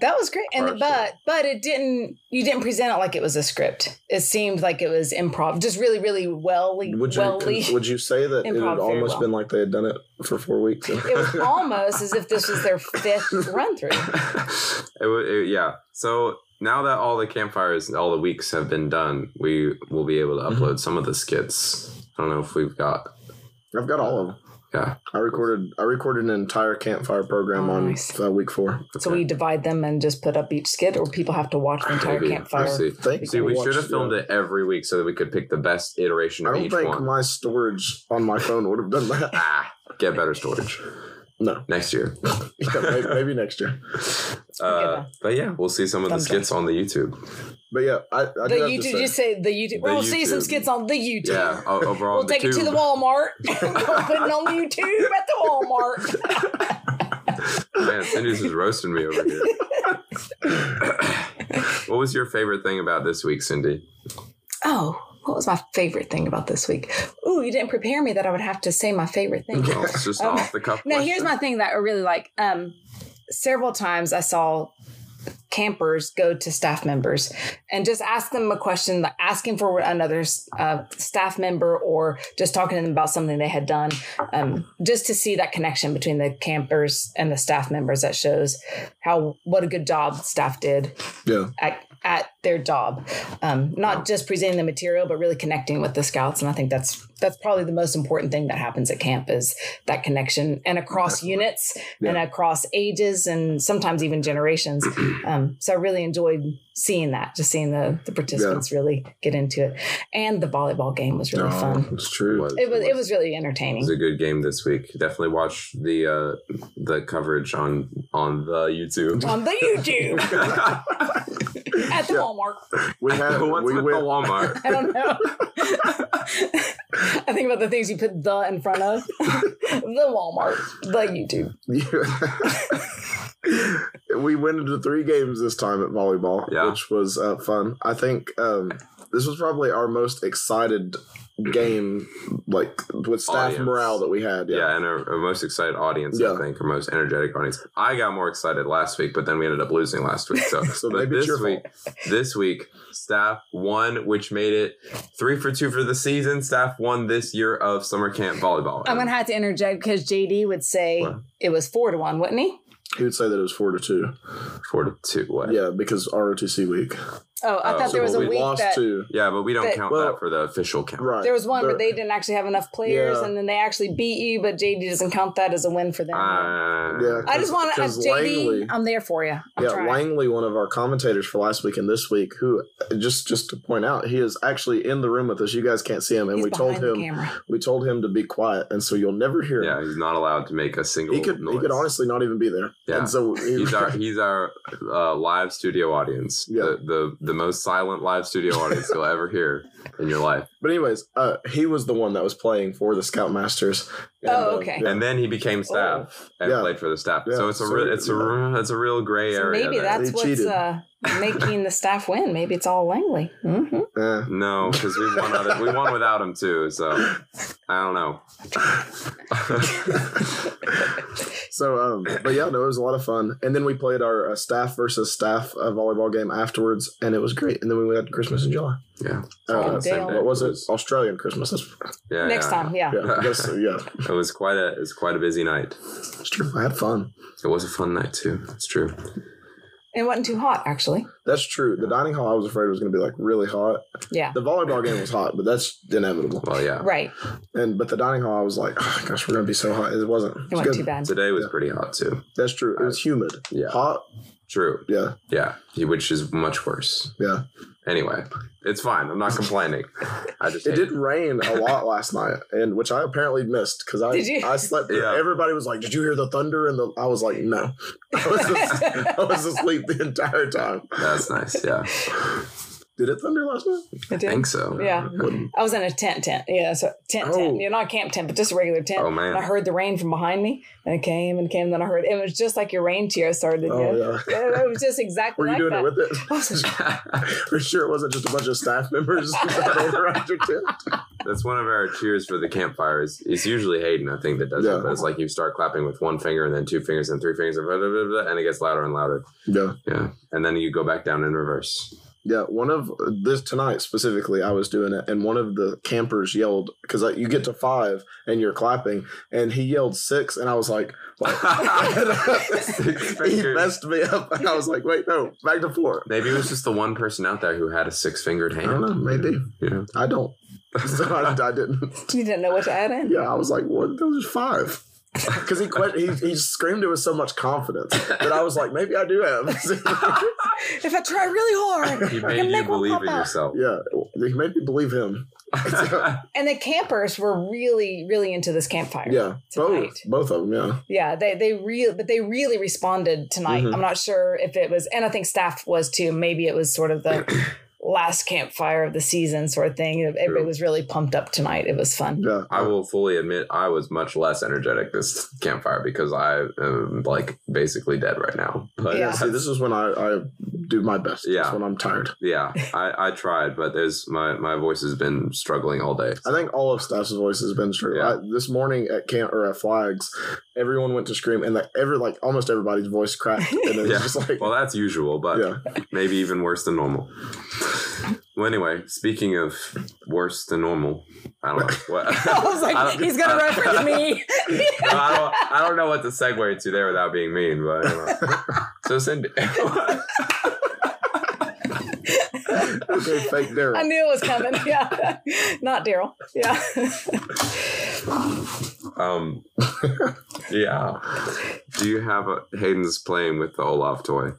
[SPEAKER 3] That was great, and
[SPEAKER 1] Partially.
[SPEAKER 3] but but it didn't you didn't present it like it was a script. It seemed like it was improv, just really really well
[SPEAKER 2] Would you
[SPEAKER 3] well
[SPEAKER 2] con- would you say that it had
[SPEAKER 3] Improv very
[SPEAKER 2] almost
[SPEAKER 3] well.
[SPEAKER 2] been like they had done it for four weeks?
[SPEAKER 3] It was almost as if this was
[SPEAKER 2] (laughs)
[SPEAKER 3] their fifth run through.
[SPEAKER 1] it, wa- it, yeah so now that all the campfires all the weeks have been done we will be able to
[SPEAKER 2] Mhm.
[SPEAKER 3] Mm-hmm.
[SPEAKER 1] upload some of the skits i don't know if we've got
[SPEAKER 2] I've got all of them.
[SPEAKER 1] yeah
[SPEAKER 2] I recorded I recorded an entire campfire program on
[SPEAKER 3] Nice.
[SPEAKER 2] uh, week four.
[SPEAKER 3] So we divide them and just put up each skit, or people have to watch the entire
[SPEAKER 1] Maybe.
[SPEAKER 3] campfire.
[SPEAKER 1] Let's see.
[SPEAKER 2] Thank
[SPEAKER 1] See,
[SPEAKER 2] you.
[SPEAKER 1] we
[SPEAKER 2] Watch-
[SPEAKER 1] should have filmed it every week so that we could pick the best iteration
[SPEAKER 2] I
[SPEAKER 1] of
[SPEAKER 2] don't
[SPEAKER 1] each
[SPEAKER 2] think
[SPEAKER 1] one.
[SPEAKER 2] my storage on my phone would have done
[SPEAKER 3] (laughs)
[SPEAKER 2] that.
[SPEAKER 1] ah, get better storage
[SPEAKER 2] No,
[SPEAKER 1] next year.
[SPEAKER 2] yeah, maybe, maybe next year.
[SPEAKER 1] Uh, but yeah, we'll see some of the
[SPEAKER 3] Thumbs
[SPEAKER 1] skits on the YouTube.
[SPEAKER 2] But yeah, I, I
[SPEAKER 3] The
[SPEAKER 2] do have
[SPEAKER 3] YouTube,
[SPEAKER 2] to
[SPEAKER 3] just
[SPEAKER 2] say,
[SPEAKER 3] say the YouTube. we'll see some
[SPEAKER 1] YouTube.
[SPEAKER 3] skits on the YouTube.
[SPEAKER 1] Yeah,
[SPEAKER 3] (laughs)
[SPEAKER 1] o- overall,
[SPEAKER 3] We'll take it to the Walmart. (laughs) we'll put it on the YouTube at the Walmart.
[SPEAKER 1] Man, Cindy's is roasting me over
[SPEAKER 3] (laughs)
[SPEAKER 1] here. what was your favorite thing about this week, Cindy?
[SPEAKER 3] Oh, what was my favorite thing about this week? Ooh, you didn't prepare me that I would have to say my favorite thing.
[SPEAKER 1] Well, it's just
[SPEAKER 3] Um,
[SPEAKER 1] off the cuff.
[SPEAKER 3] now, here's my thing that I really like. Um, several times I saw campers go to staff members and just ask them a question, like asking for another uh, staff member or just talking to them about something they had done, um, just to see that connection between the campers and the staff members. That shows how what a good job staff did
[SPEAKER 2] yeah,
[SPEAKER 3] at, at their job, um, not just presenting the material, but really connecting with the scouts. And I think that's that's probably the most important thing that happens at camp is that connection and across units and
[SPEAKER 2] Yeah.
[SPEAKER 3] across ages and sometimes even generations. um, so I really enjoyed seeing that, just seeing the the participants really get into it, and the volleyball game was really
[SPEAKER 2] No,
[SPEAKER 3] fun.
[SPEAKER 2] it's true.
[SPEAKER 3] It was it was really entertaining.
[SPEAKER 1] It was a good game this week. Definitely watch the uh, the coverage on on the YouTube. (laughs)
[SPEAKER 3] on the YouTube at the Walmart.
[SPEAKER 2] We (laughs) had
[SPEAKER 1] What's
[SPEAKER 2] we
[SPEAKER 1] with the
[SPEAKER 2] went.
[SPEAKER 1] Walmart?
[SPEAKER 3] I don't know. (laughs) I think about the things you put the in front of (laughs) the Walmart, the YouTube.
[SPEAKER 2] (laughs) we went into three games this time at volleyball,
[SPEAKER 1] Yeah.
[SPEAKER 2] which was uh, fun. I think um, this was probably our most excited game, like with staff
[SPEAKER 1] Audience.
[SPEAKER 2] morale that we had.
[SPEAKER 1] Yeah, and our, our most excited audience, I
[SPEAKER 2] Yeah.
[SPEAKER 1] think, or most energetic audience. I got more excited last week, but then we ended up losing last week. So,
[SPEAKER 2] (laughs) So
[SPEAKER 1] but
[SPEAKER 2] maybe it's
[SPEAKER 1] this
[SPEAKER 2] your
[SPEAKER 1] week,
[SPEAKER 2] (laughs)
[SPEAKER 1] this week, staff won, which made it three for two for the season. Staff won this year of summer camp volleyball.
[SPEAKER 3] I'm gonna have to interject because JD would say
[SPEAKER 1] What?
[SPEAKER 3] it was four to one, wouldn't he?
[SPEAKER 2] He would say that it was four to two.
[SPEAKER 1] four to two. What?
[SPEAKER 2] Yeah, because ROTC week.
[SPEAKER 3] Oh, I
[SPEAKER 1] Oh.
[SPEAKER 3] thought
[SPEAKER 1] So
[SPEAKER 3] there was
[SPEAKER 2] what
[SPEAKER 3] a
[SPEAKER 2] we
[SPEAKER 3] week
[SPEAKER 2] lost
[SPEAKER 3] that
[SPEAKER 2] to
[SPEAKER 1] Yeah, but we don't
[SPEAKER 3] But-
[SPEAKER 1] count
[SPEAKER 2] Well-
[SPEAKER 1] that for the official count.
[SPEAKER 2] right.
[SPEAKER 3] there was one,
[SPEAKER 2] There-
[SPEAKER 3] but they didn't actually have enough players,
[SPEAKER 2] Yeah.
[SPEAKER 3] and then they actually beat you. But JD doesn't count that as a win for them.
[SPEAKER 1] Uh,
[SPEAKER 2] Yeah,
[SPEAKER 3] I just want to,
[SPEAKER 2] Ah, 'cause
[SPEAKER 3] JD,
[SPEAKER 2] Langley-
[SPEAKER 3] I'm there for you. I'm
[SPEAKER 2] yeah,
[SPEAKER 3] trying.
[SPEAKER 2] Langley, one of our commentators for last week and this week, who just just to point out, he is actually in the room with us. You guys can't see him, and
[SPEAKER 3] He's
[SPEAKER 2] we told
[SPEAKER 3] behind the
[SPEAKER 2] him
[SPEAKER 3] camera.
[SPEAKER 2] we told him to be quiet, and so you'll never hear him.
[SPEAKER 1] yeah, he's not allowed to make a single.
[SPEAKER 2] He could
[SPEAKER 1] noise.
[SPEAKER 2] he could honestly not even be there.
[SPEAKER 1] Yeah.
[SPEAKER 2] And so he-
[SPEAKER 1] He's our he's our uh, live studio audience.
[SPEAKER 2] Yeah.
[SPEAKER 1] The, the the most silent live studio audience you'll ever hear in your life.
[SPEAKER 2] (laughs) But anyways, uh, he was the one that was playing for the Scoutmasters.
[SPEAKER 3] Oh,
[SPEAKER 2] uh,
[SPEAKER 3] okay.
[SPEAKER 2] yeah.
[SPEAKER 1] And then he became
[SPEAKER 3] Oh.
[SPEAKER 1] staff and
[SPEAKER 2] Yeah.
[SPEAKER 1] played for the staff.
[SPEAKER 2] Yeah,
[SPEAKER 1] So it's a
[SPEAKER 2] so,
[SPEAKER 1] real it's a
[SPEAKER 2] yeah.
[SPEAKER 1] real- it's a real gray
[SPEAKER 3] So
[SPEAKER 1] area.
[SPEAKER 3] maybe
[SPEAKER 1] there.
[SPEAKER 2] They
[SPEAKER 3] that's what's
[SPEAKER 2] cheated.
[SPEAKER 3] uh, making the staff win. Maybe it's all Langley.
[SPEAKER 2] (laughs)
[SPEAKER 3] hmm
[SPEAKER 2] Yeah.
[SPEAKER 1] no, because we won other, we won without him too. So I don't
[SPEAKER 3] (laughs)
[SPEAKER 1] know.
[SPEAKER 2] so, um, but yeah, no, it was a lot of fun. And then we played our uh, staff versus staff uh, volleyball game afterwards, and it was great. And then we went out to Christmas in July.
[SPEAKER 1] yeah.
[SPEAKER 3] Oh,
[SPEAKER 2] Uh,
[SPEAKER 3] damn.
[SPEAKER 2] what was it? Australian Christmas. That's,
[SPEAKER 1] Yeah.
[SPEAKER 3] Next
[SPEAKER 1] yeah.
[SPEAKER 3] time, yeah.
[SPEAKER 2] yeah, I guess,
[SPEAKER 1] (laughs)
[SPEAKER 2] so, yeah.
[SPEAKER 1] It was quite a it was quite a busy night.
[SPEAKER 2] It's true. I had fun.
[SPEAKER 1] It was a fun night too. That's true.
[SPEAKER 3] It wasn't too hot, actually.
[SPEAKER 2] That's true. The dining hall, I was afraid was going to be like really hot.
[SPEAKER 3] Yeah.
[SPEAKER 2] The volleyball game was hot, but that's inevitable.
[SPEAKER 1] Well, yeah.
[SPEAKER 3] Right.
[SPEAKER 2] And but the dining hall, I was like, oh gosh, we're going to be so hot. It wasn't.
[SPEAKER 3] It
[SPEAKER 2] was
[SPEAKER 3] wasn't too bad.
[SPEAKER 1] Today was pretty hot too.
[SPEAKER 2] That's true. It was humid,
[SPEAKER 1] Yeah.
[SPEAKER 2] hot.
[SPEAKER 1] True.
[SPEAKER 2] Yeah,
[SPEAKER 1] Yeah. Which is much worse.
[SPEAKER 2] yeah.
[SPEAKER 1] Anyway, it's fine. I'm not complaining. I just
[SPEAKER 2] It
[SPEAKER 1] hate
[SPEAKER 2] did rain a lot last night, and which I apparently missed because I
[SPEAKER 3] Did you?
[SPEAKER 2] I slept. through-
[SPEAKER 1] Yeah.
[SPEAKER 2] Everybody was like, "Did you hear the thunder?" And the I was like, "No." (laughs) I was, I was asleep the entire time.
[SPEAKER 1] That's nice. Yeah.
[SPEAKER 3] (laughs)
[SPEAKER 2] Did it thunder last night?
[SPEAKER 3] It
[SPEAKER 1] I
[SPEAKER 3] did.
[SPEAKER 1] think so.
[SPEAKER 3] Yeah.
[SPEAKER 1] (laughs)
[SPEAKER 2] Wouldn't-
[SPEAKER 3] I was in a tent tent. Yeah, so tent tent.
[SPEAKER 2] Oh.
[SPEAKER 3] Yeah, not a camp tent, but just a regular tent.
[SPEAKER 1] Oh, man.
[SPEAKER 3] And I heard the rain from behind me, and it came and came, and then I heard it was just like your rain cheer started.
[SPEAKER 2] Oh
[SPEAKER 3] yeah.
[SPEAKER 2] yeah.
[SPEAKER 3] It it was just exactly
[SPEAKER 2] Were you
[SPEAKER 3] like
[SPEAKER 2] doing
[SPEAKER 3] that.
[SPEAKER 2] it with it? (laughs) Are you sure it wasn't just a bunch of staff members
[SPEAKER 3] (laughs)
[SPEAKER 2] huddled around your tent?
[SPEAKER 1] That's one of our cheers for the campfires. It's usually Hayden, I think, that does
[SPEAKER 2] Yeah.
[SPEAKER 1] it. But it's like you start clapping with one finger and then two fingers and three fingers and blah, blah, blah, blah, and it gets louder and louder.
[SPEAKER 2] Yeah.
[SPEAKER 1] Yeah. And then you go back down in reverse.
[SPEAKER 2] Yeah, one of uh, this tonight specifically, I was doing it, and one of the campers yelled because you get to five and you're clapping, and he yelled six, and I was like,
[SPEAKER 1] Six
[SPEAKER 2] (laughs) he
[SPEAKER 1] fingers.
[SPEAKER 2] messed me up, (laughs) and I was like, wait, no, back to four.
[SPEAKER 1] Maybe it was just the one person out there who had a six fingered
[SPEAKER 2] I
[SPEAKER 1] hand.
[SPEAKER 2] don't know, maybe
[SPEAKER 1] Yeah.
[SPEAKER 2] I don't. (laughs) So I, I didn't.
[SPEAKER 3] You didn't know what to add in.
[SPEAKER 2] Yeah, I was like, what? Those are five. (laughs) Because he, que- he he screamed it with so much confidence that I was like, maybe I do have. (laughs)
[SPEAKER 3] If I try really hard, (laughs)
[SPEAKER 1] He
[SPEAKER 3] I
[SPEAKER 1] made
[SPEAKER 3] can
[SPEAKER 1] you
[SPEAKER 3] make one
[SPEAKER 1] believe
[SPEAKER 3] pop
[SPEAKER 1] in
[SPEAKER 3] out.
[SPEAKER 1] yourself.
[SPEAKER 2] yeah, he made me believe him. (laughs)
[SPEAKER 3] And the campers were really, really into this campfire.
[SPEAKER 2] Yeah, both
[SPEAKER 3] Tonight.
[SPEAKER 2] both of them. Yeah,
[SPEAKER 3] Yeah, they they real but they really responded tonight.
[SPEAKER 2] Mhm.
[SPEAKER 3] I'm not sure if it was and I think staff was too. Maybe it was sort of
[SPEAKER 2] (clears throat)
[SPEAKER 3] the last campfire of the season sort of thing. Everybody
[SPEAKER 1] True.
[SPEAKER 3] was really pumped up tonight. It was fun.
[SPEAKER 2] yeah.
[SPEAKER 1] (laughs) I will fully admit I was much less energetic this campfire because I am like basically dead right now. But
[SPEAKER 3] Yeah.
[SPEAKER 1] yeah,
[SPEAKER 2] (laughs) See, this is when I, I do my best. Yeah.
[SPEAKER 1] Yeah.
[SPEAKER 2] That's when I'm tired.
[SPEAKER 1] I, I tried, but there's my my voice has been struggling all day.
[SPEAKER 2] I think all of Staff's voice has been true.
[SPEAKER 1] Yeah.
[SPEAKER 2] I, this morning at camp or at Flags, everyone went to scream, and like every like almost everybody's voice cracked, and it was
[SPEAKER 1] Yeah.
[SPEAKER 2] just like,
[SPEAKER 1] Well, that's usual, but
[SPEAKER 2] yeah,
[SPEAKER 1] maybe even worse than normal. Well, anyway, speaking of worse than normal, I don't know.
[SPEAKER 3] (laughs)
[SPEAKER 1] What,
[SPEAKER 3] I was like,
[SPEAKER 1] (laughs) I don't-
[SPEAKER 3] he's gonna
[SPEAKER 1] I-
[SPEAKER 3] reference
[SPEAKER 1] (laughs)
[SPEAKER 3] me.
[SPEAKER 1] No, I don't. I don't know what to segue to there without being mean, but anyway.
[SPEAKER 3] (laughs)
[SPEAKER 1] so Cindy.
[SPEAKER 2] (laughs)
[SPEAKER 1] (laughs)
[SPEAKER 2] okay, fake
[SPEAKER 3] I
[SPEAKER 2] Daryl.
[SPEAKER 3] knew it was coming. (laughs) Yeah. Not Daryl. Yeah.
[SPEAKER 1] um, yeah. Do you have a Hayden's playing with the Olaf toy?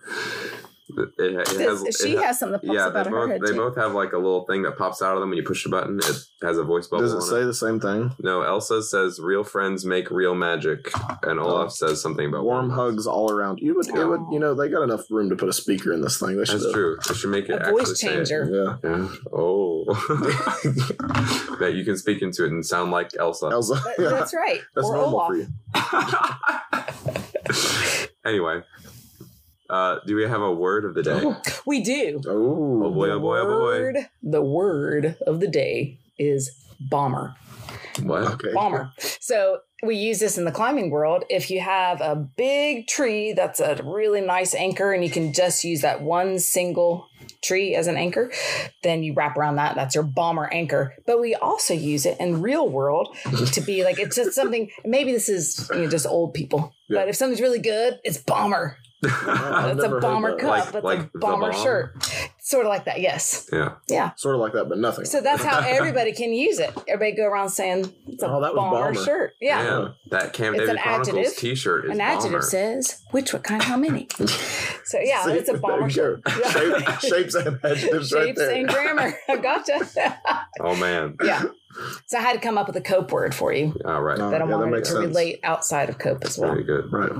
[SPEAKER 1] It, it has- it
[SPEAKER 3] she
[SPEAKER 1] ha-
[SPEAKER 3] has something that pops
[SPEAKER 1] yeah,
[SPEAKER 3] up
[SPEAKER 1] they
[SPEAKER 3] out of her
[SPEAKER 1] both
[SPEAKER 3] head
[SPEAKER 1] they
[SPEAKER 3] too.
[SPEAKER 1] both have like a little thing that pops out of them when you push the button. It has a voice bubble.
[SPEAKER 2] Does it
[SPEAKER 1] on
[SPEAKER 2] say the same thing?
[SPEAKER 1] No, Elsa says real friends make real magic, and Olaf says something about
[SPEAKER 2] Oh. Warm hugs all around. You would, it would, you know, they got enough room to put a speaker in this thing. They should.
[SPEAKER 1] That's true. I should make it
[SPEAKER 3] A voice
[SPEAKER 1] actually say it.
[SPEAKER 3] changer.
[SPEAKER 2] Yeah,
[SPEAKER 1] Yeah. Oh. (laughs) that you can speak into it and sound like (laughs) Elsa.
[SPEAKER 2] Elsa. (laughs) Yeah. That's,
[SPEAKER 3] (laughs) That's
[SPEAKER 1] (laughs)
[SPEAKER 3] right. or
[SPEAKER 2] normal
[SPEAKER 3] Olaf.
[SPEAKER 2] for you.
[SPEAKER 1] anyway, Uh, do we have a word of the day?
[SPEAKER 3] We do.
[SPEAKER 1] Oh
[SPEAKER 2] Oh,
[SPEAKER 1] boy, oh boy, oh boy.
[SPEAKER 3] Word, the word of the day is bomber.
[SPEAKER 2] (laughs)
[SPEAKER 1] What? (laughs)
[SPEAKER 2] okay.
[SPEAKER 3] Bomber. So we use this in the climbing world. If you have a big tree that's a really nice anchor and you can just use that one single tree as an anchor, then you wrap around that. That's your bomber anchor. But we also use it in real world
[SPEAKER 2] (laughs)
[SPEAKER 3] to be like it's just something maybe this is you know, just old people.
[SPEAKER 2] Yeah.
[SPEAKER 3] But if something's really good, it's bomber.
[SPEAKER 2] I've
[SPEAKER 3] That's
[SPEAKER 2] never
[SPEAKER 3] a
[SPEAKER 2] heard
[SPEAKER 3] bomber
[SPEAKER 2] that.
[SPEAKER 3] cup.
[SPEAKER 1] Like-
[SPEAKER 3] that's
[SPEAKER 1] like
[SPEAKER 3] a
[SPEAKER 1] the
[SPEAKER 3] bomber
[SPEAKER 1] bomb?
[SPEAKER 3] shirt. Sort of like that. Yes.
[SPEAKER 1] yeah.
[SPEAKER 3] Yeah.
[SPEAKER 2] Sort of like that, but nothing.
[SPEAKER 3] So
[SPEAKER 2] (laughs)
[SPEAKER 3] that's how everybody can use it. Everybody go around saying it's a
[SPEAKER 2] Oh, that was
[SPEAKER 3] bomber,
[SPEAKER 2] bomber.
[SPEAKER 3] shirt. Yeah.
[SPEAKER 1] Damn. That Camp
[SPEAKER 3] It's
[SPEAKER 1] David
[SPEAKER 3] an
[SPEAKER 1] Chronicles
[SPEAKER 3] adjective.
[SPEAKER 1] T-shirt is
[SPEAKER 3] An adjective
[SPEAKER 1] bomber.
[SPEAKER 3] says which, what kind,
[SPEAKER 2] (laughs)
[SPEAKER 3] how many. So yeah,
[SPEAKER 2] See?
[SPEAKER 3] it's
[SPEAKER 2] (laughs)
[SPEAKER 3] a
[SPEAKER 2] There
[SPEAKER 3] bomber
[SPEAKER 2] you
[SPEAKER 3] shirt.
[SPEAKER 2] go.
[SPEAKER 3] Yeah.
[SPEAKER 2] Shape- shapes
[SPEAKER 3] (laughs)
[SPEAKER 2] and adjectives right
[SPEAKER 3] Shapes
[SPEAKER 2] there. (laughs)
[SPEAKER 3] and grammar. (laughs) gotcha. (laughs)
[SPEAKER 1] Oh man.
[SPEAKER 3] yeah. So I had to come up with a cope word for you
[SPEAKER 1] All right.
[SPEAKER 2] No,
[SPEAKER 3] that I
[SPEAKER 2] yeah, that
[SPEAKER 3] wanted
[SPEAKER 2] makes
[SPEAKER 3] to
[SPEAKER 2] sense.
[SPEAKER 3] relate outside of cope as well.
[SPEAKER 1] Very good.
[SPEAKER 2] Right.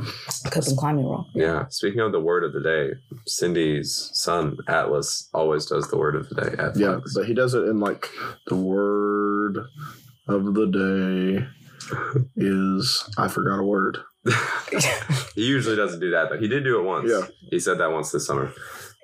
[SPEAKER 3] Cope and climbing world.
[SPEAKER 1] Yeah. Speaking of the word of the day, Cindy's son Atlas always does the word of the day. Atlas.
[SPEAKER 2] Yeah, but he does it in like the word of the day is I forgot a word.
[SPEAKER 1] he usually doesn't do that though. He did do it once.
[SPEAKER 2] Yeah.
[SPEAKER 1] He said that once this summer.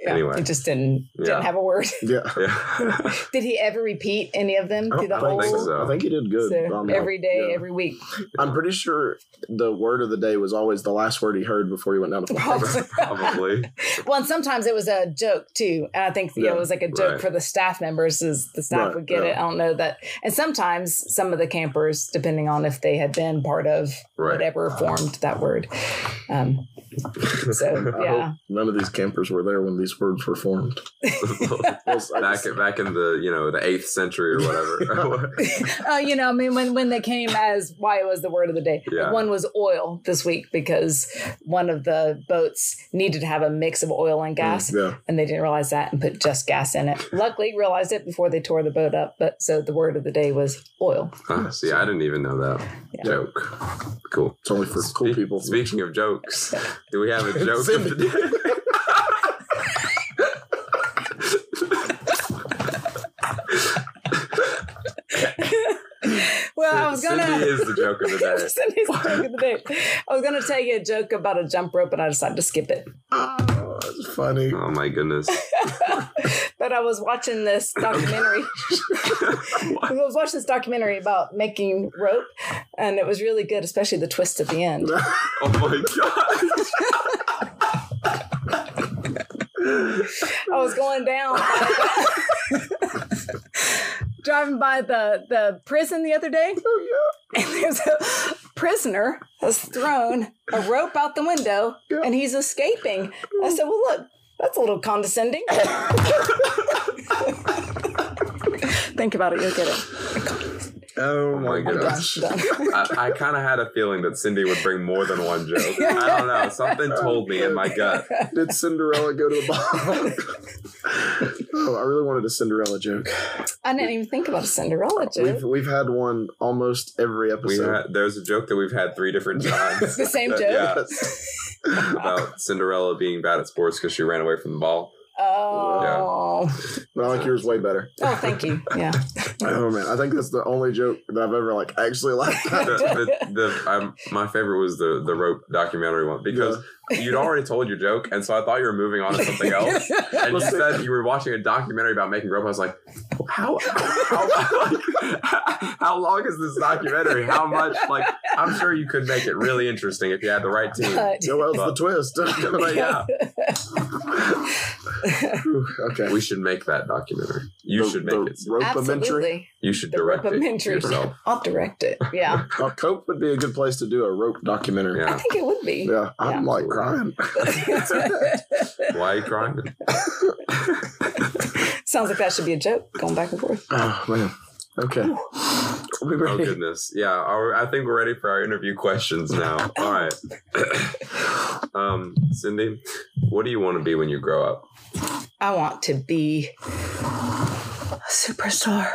[SPEAKER 3] Yeah.
[SPEAKER 1] Anyway.
[SPEAKER 3] It just didn't
[SPEAKER 1] Yeah.
[SPEAKER 3] didn't have a word. (laughs)
[SPEAKER 2] Yeah.
[SPEAKER 1] Yeah.
[SPEAKER 3] Did he ever repeat any of them
[SPEAKER 2] (laughs) I
[SPEAKER 3] through
[SPEAKER 2] don't
[SPEAKER 3] the whole
[SPEAKER 2] think so.
[SPEAKER 1] whole-
[SPEAKER 2] I think he did good.
[SPEAKER 3] so
[SPEAKER 2] Um,
[SPEAKER 3] every day,
[SPEAKER 2] yeah.
[SPEAKER 3] every week.
[SPEAKER 2] I'm pretty sure the word of the day was always the last word he heard before he went
[SPEAKER 3] (laughs)
[SPEAKER 2] down to fall.
[SPEAKER 3] Probably.
[SPEAKER 1] Probably.
[SPEAKER 3] Well, and sometimes it was a joke too, and I think you know, it
[SPEAKER 2] Yeah,
[SPEAKER 3] was like a joke
[SPEAKER 1] right.
[SPEAKER 3] for the staff members. Is the staff
[SPEAKER 2] Right,
[SPEAKER 3] would get
[SPEAKER 2] yeah.
[SPEAKER 3] it? I don't know that. And sometimes some of the campers, depending on if they had been part of
[SPEAKER 1] Right.
[SPEAKER 3] whatever formed that word.
[SPEAKER 2] (laughs)
[SPEAKER 3] Um, so
[SPEAKER 2] I
[SPEAKER 3] yeah,
[SPEAKER 2] hope none of these campers were there when these words were formed. Was-
[SPEAKER 1] (laughs)
[SPEAKER 2] I
[SPEAKER 1] back
[SPEAKER 2] just-
[SPEAKER 1] back in the you know the eighth century or
[SPEAKER 2] (laughs)
[SPEAKER 1] whatever.
[SPEAKER 3] oh, you know, I mean, when when they came as why it was the word of the day.
[SPEAKER 1] Yeah.
[SPEAKER 3] One was oil this week because one of the boats needed to have a mix of oil and gas,
[SPEAKER 2] Mm, yeah.
[SPEAKER 3] and they didn't realize that and put just gas in it. Luckily, realized it before they tore the boat up. But so the word of the day was oil.
[SPEAKER 1] (laughs) Uh, see, I didn't even know that
[SPEAKER 3] Yeah.
[SPEAKER 1] joke. Cool.
[SPEAKER 2] It's only for cool
[SPEAKER 1] Spe-
[SPEAKER 2] people.
[SPEAKER 1] Speaking of jokes, do we have a joke of
[SPEAKER 2] Cindy.
[SPEAKER 1] the day?
[SPEAKER 2] (laughs)
[SPEAKER 3] Well, I was gonna.
[SPEAKER 1] Cindy
[SPEAKER 3] (laughs)
[SPEAKER 1] is the joke of the
[SPEAKER 2] (laughs)
[SPEAKER 1] day.
[SPEAKER 3] Cindy's the joke of the day. I was gonna tell you a joke about a jump rope, and I decided to skip it.
[SPEAKER 2] Oh, that's funny.
[SPEAKER 1] Oh my goodness. (laughs)
[SPEAKER 3] But I was watching this documentary. I was watching this documentary about making rope, and it was really good, especially the twist at the end.
[SPEAKER 1] Oh my god.
[SPEAKER 3] I was going
[SPEAKER 1] (laughs)
[SPEAKER 3] down, (laughs) driving by the the prison the other day,
[SPEAKER 2] Oh,
[SPEAKER 3] and there's a prisoner has thrown a rope out the window, and he's escaping. I said, "Well, look." That's a little condescending. (laughs) Think about it, you'll get it.
[SPEAKER 2] yeah. oh
[SPEAKER 1] my
[SPEAKER 2] my
[SPEAKER 1] goodness.
[SPEAKER 2] gosh.
[SPEAKER 3] (laughs) Done.
[SPEAKER 1] I, I kind of had a feeling that Cindy would bring more than one joke. I don't know.
[SPEAKER 3] (laughs)
[SPEAKER 1] Something told me in my gut.
[SPEAKER 2] Did Cinderella go to the ball? (laughs) oh, I really wanted a Cinderella joke.
[SPEAKER 3] I didn't even think about a Cinderella joke.
[SPEAKER 2] We've we've had one almost every
[SPEAKER 1] We
[SPEAKER 2] episode.
[SPEAKER 1] had, there's a joke that we've had three different
[SPEAKER 3] (laughs)
[SPEAKER 1] times.
[SPEAKER 3] the same
[SPEAKER 1] Uh,
[SPEAKER 3] joke.
[SPEAKER 1] yeah.
[SPEAKER 2] Yes.
[SPEAKER 1] about Cinderella being bad at sports because she ran away from the
[SPEAKER 3] (laughs)
[SPEAKER 1] ball.
[SPEAKER 3] Oh.
[SPEAKER 2] But I like yours way better.
[SPEAKER 3] Oh, thank you. Yeah.
[SPEAKER 2] Oh man, I think that's the only joke that I've ever like actually
[SPEAKER 1] (laughs)
[SPEAKER 2] liked.
[SPEAKER 1] The, the, the, um, my favorite was the the rope documentary one because you'd already told your joke, and so I thought you were moving on to
[SPEAKER 3] (laughs)
[SPEAKER 1] something else. And you said you were watching a documentary about making rope. I was like, how how, how, (laughs) how long is this documentary? How much? Like, I'm sure you could make it really interesting if you had the right team.
[SPEAKER 3] But-
[SPEAKER 2] (laughs) So what was the twist? (laughs)
[SPEAKER 1] But yeah,
[SPEAKER 2] Whew, okay.
[SPEAKER 1] we should make that documentary. You
[SPEAKER 2] The-
[SPEAKER 1] should make
[SPEAKER 2] the
[SPEAKER 1] it.
[SPEAKER 2] Rope-omentary.
[SPEAKER 3] Absolutely.
[SPEAKER 1] You should
[SPEAKER 3] The
[SPEAKER 1] direct it
[SPEAKER 3] rope-omentary.
[SPEAKER 1] yourself.
[SPEAKER 3] I'll direct it. Yeah.
[SPEAKER 2] Oh, Cope would be a good place to do a rope documentary.
[SPEAKER 1] (laughs) Yeah.
[SPEAKER 3] I think it would be.
[SPEAKER 2] Yeah, I'm like crying. (sighs)
[SPEAKER 1] Why are you crying?
[SPEAKER 3] (laughs) Sounds like that should be a joke going back and forth.
[SPEAKER 2] Oh man. Okay. Are we
[SPEAKER 1] Oh
[SPEAKER 2] ready?
[SPEAKER 1] goodness, yeah. Our, I think we're ready for our interview questions now. All right, um, Cindy, what do you want to be when you grow up?
[SPEAKER 3] I want to be a
[SPEAKER 1] (laughs)
[SPEAKER 3] superstar.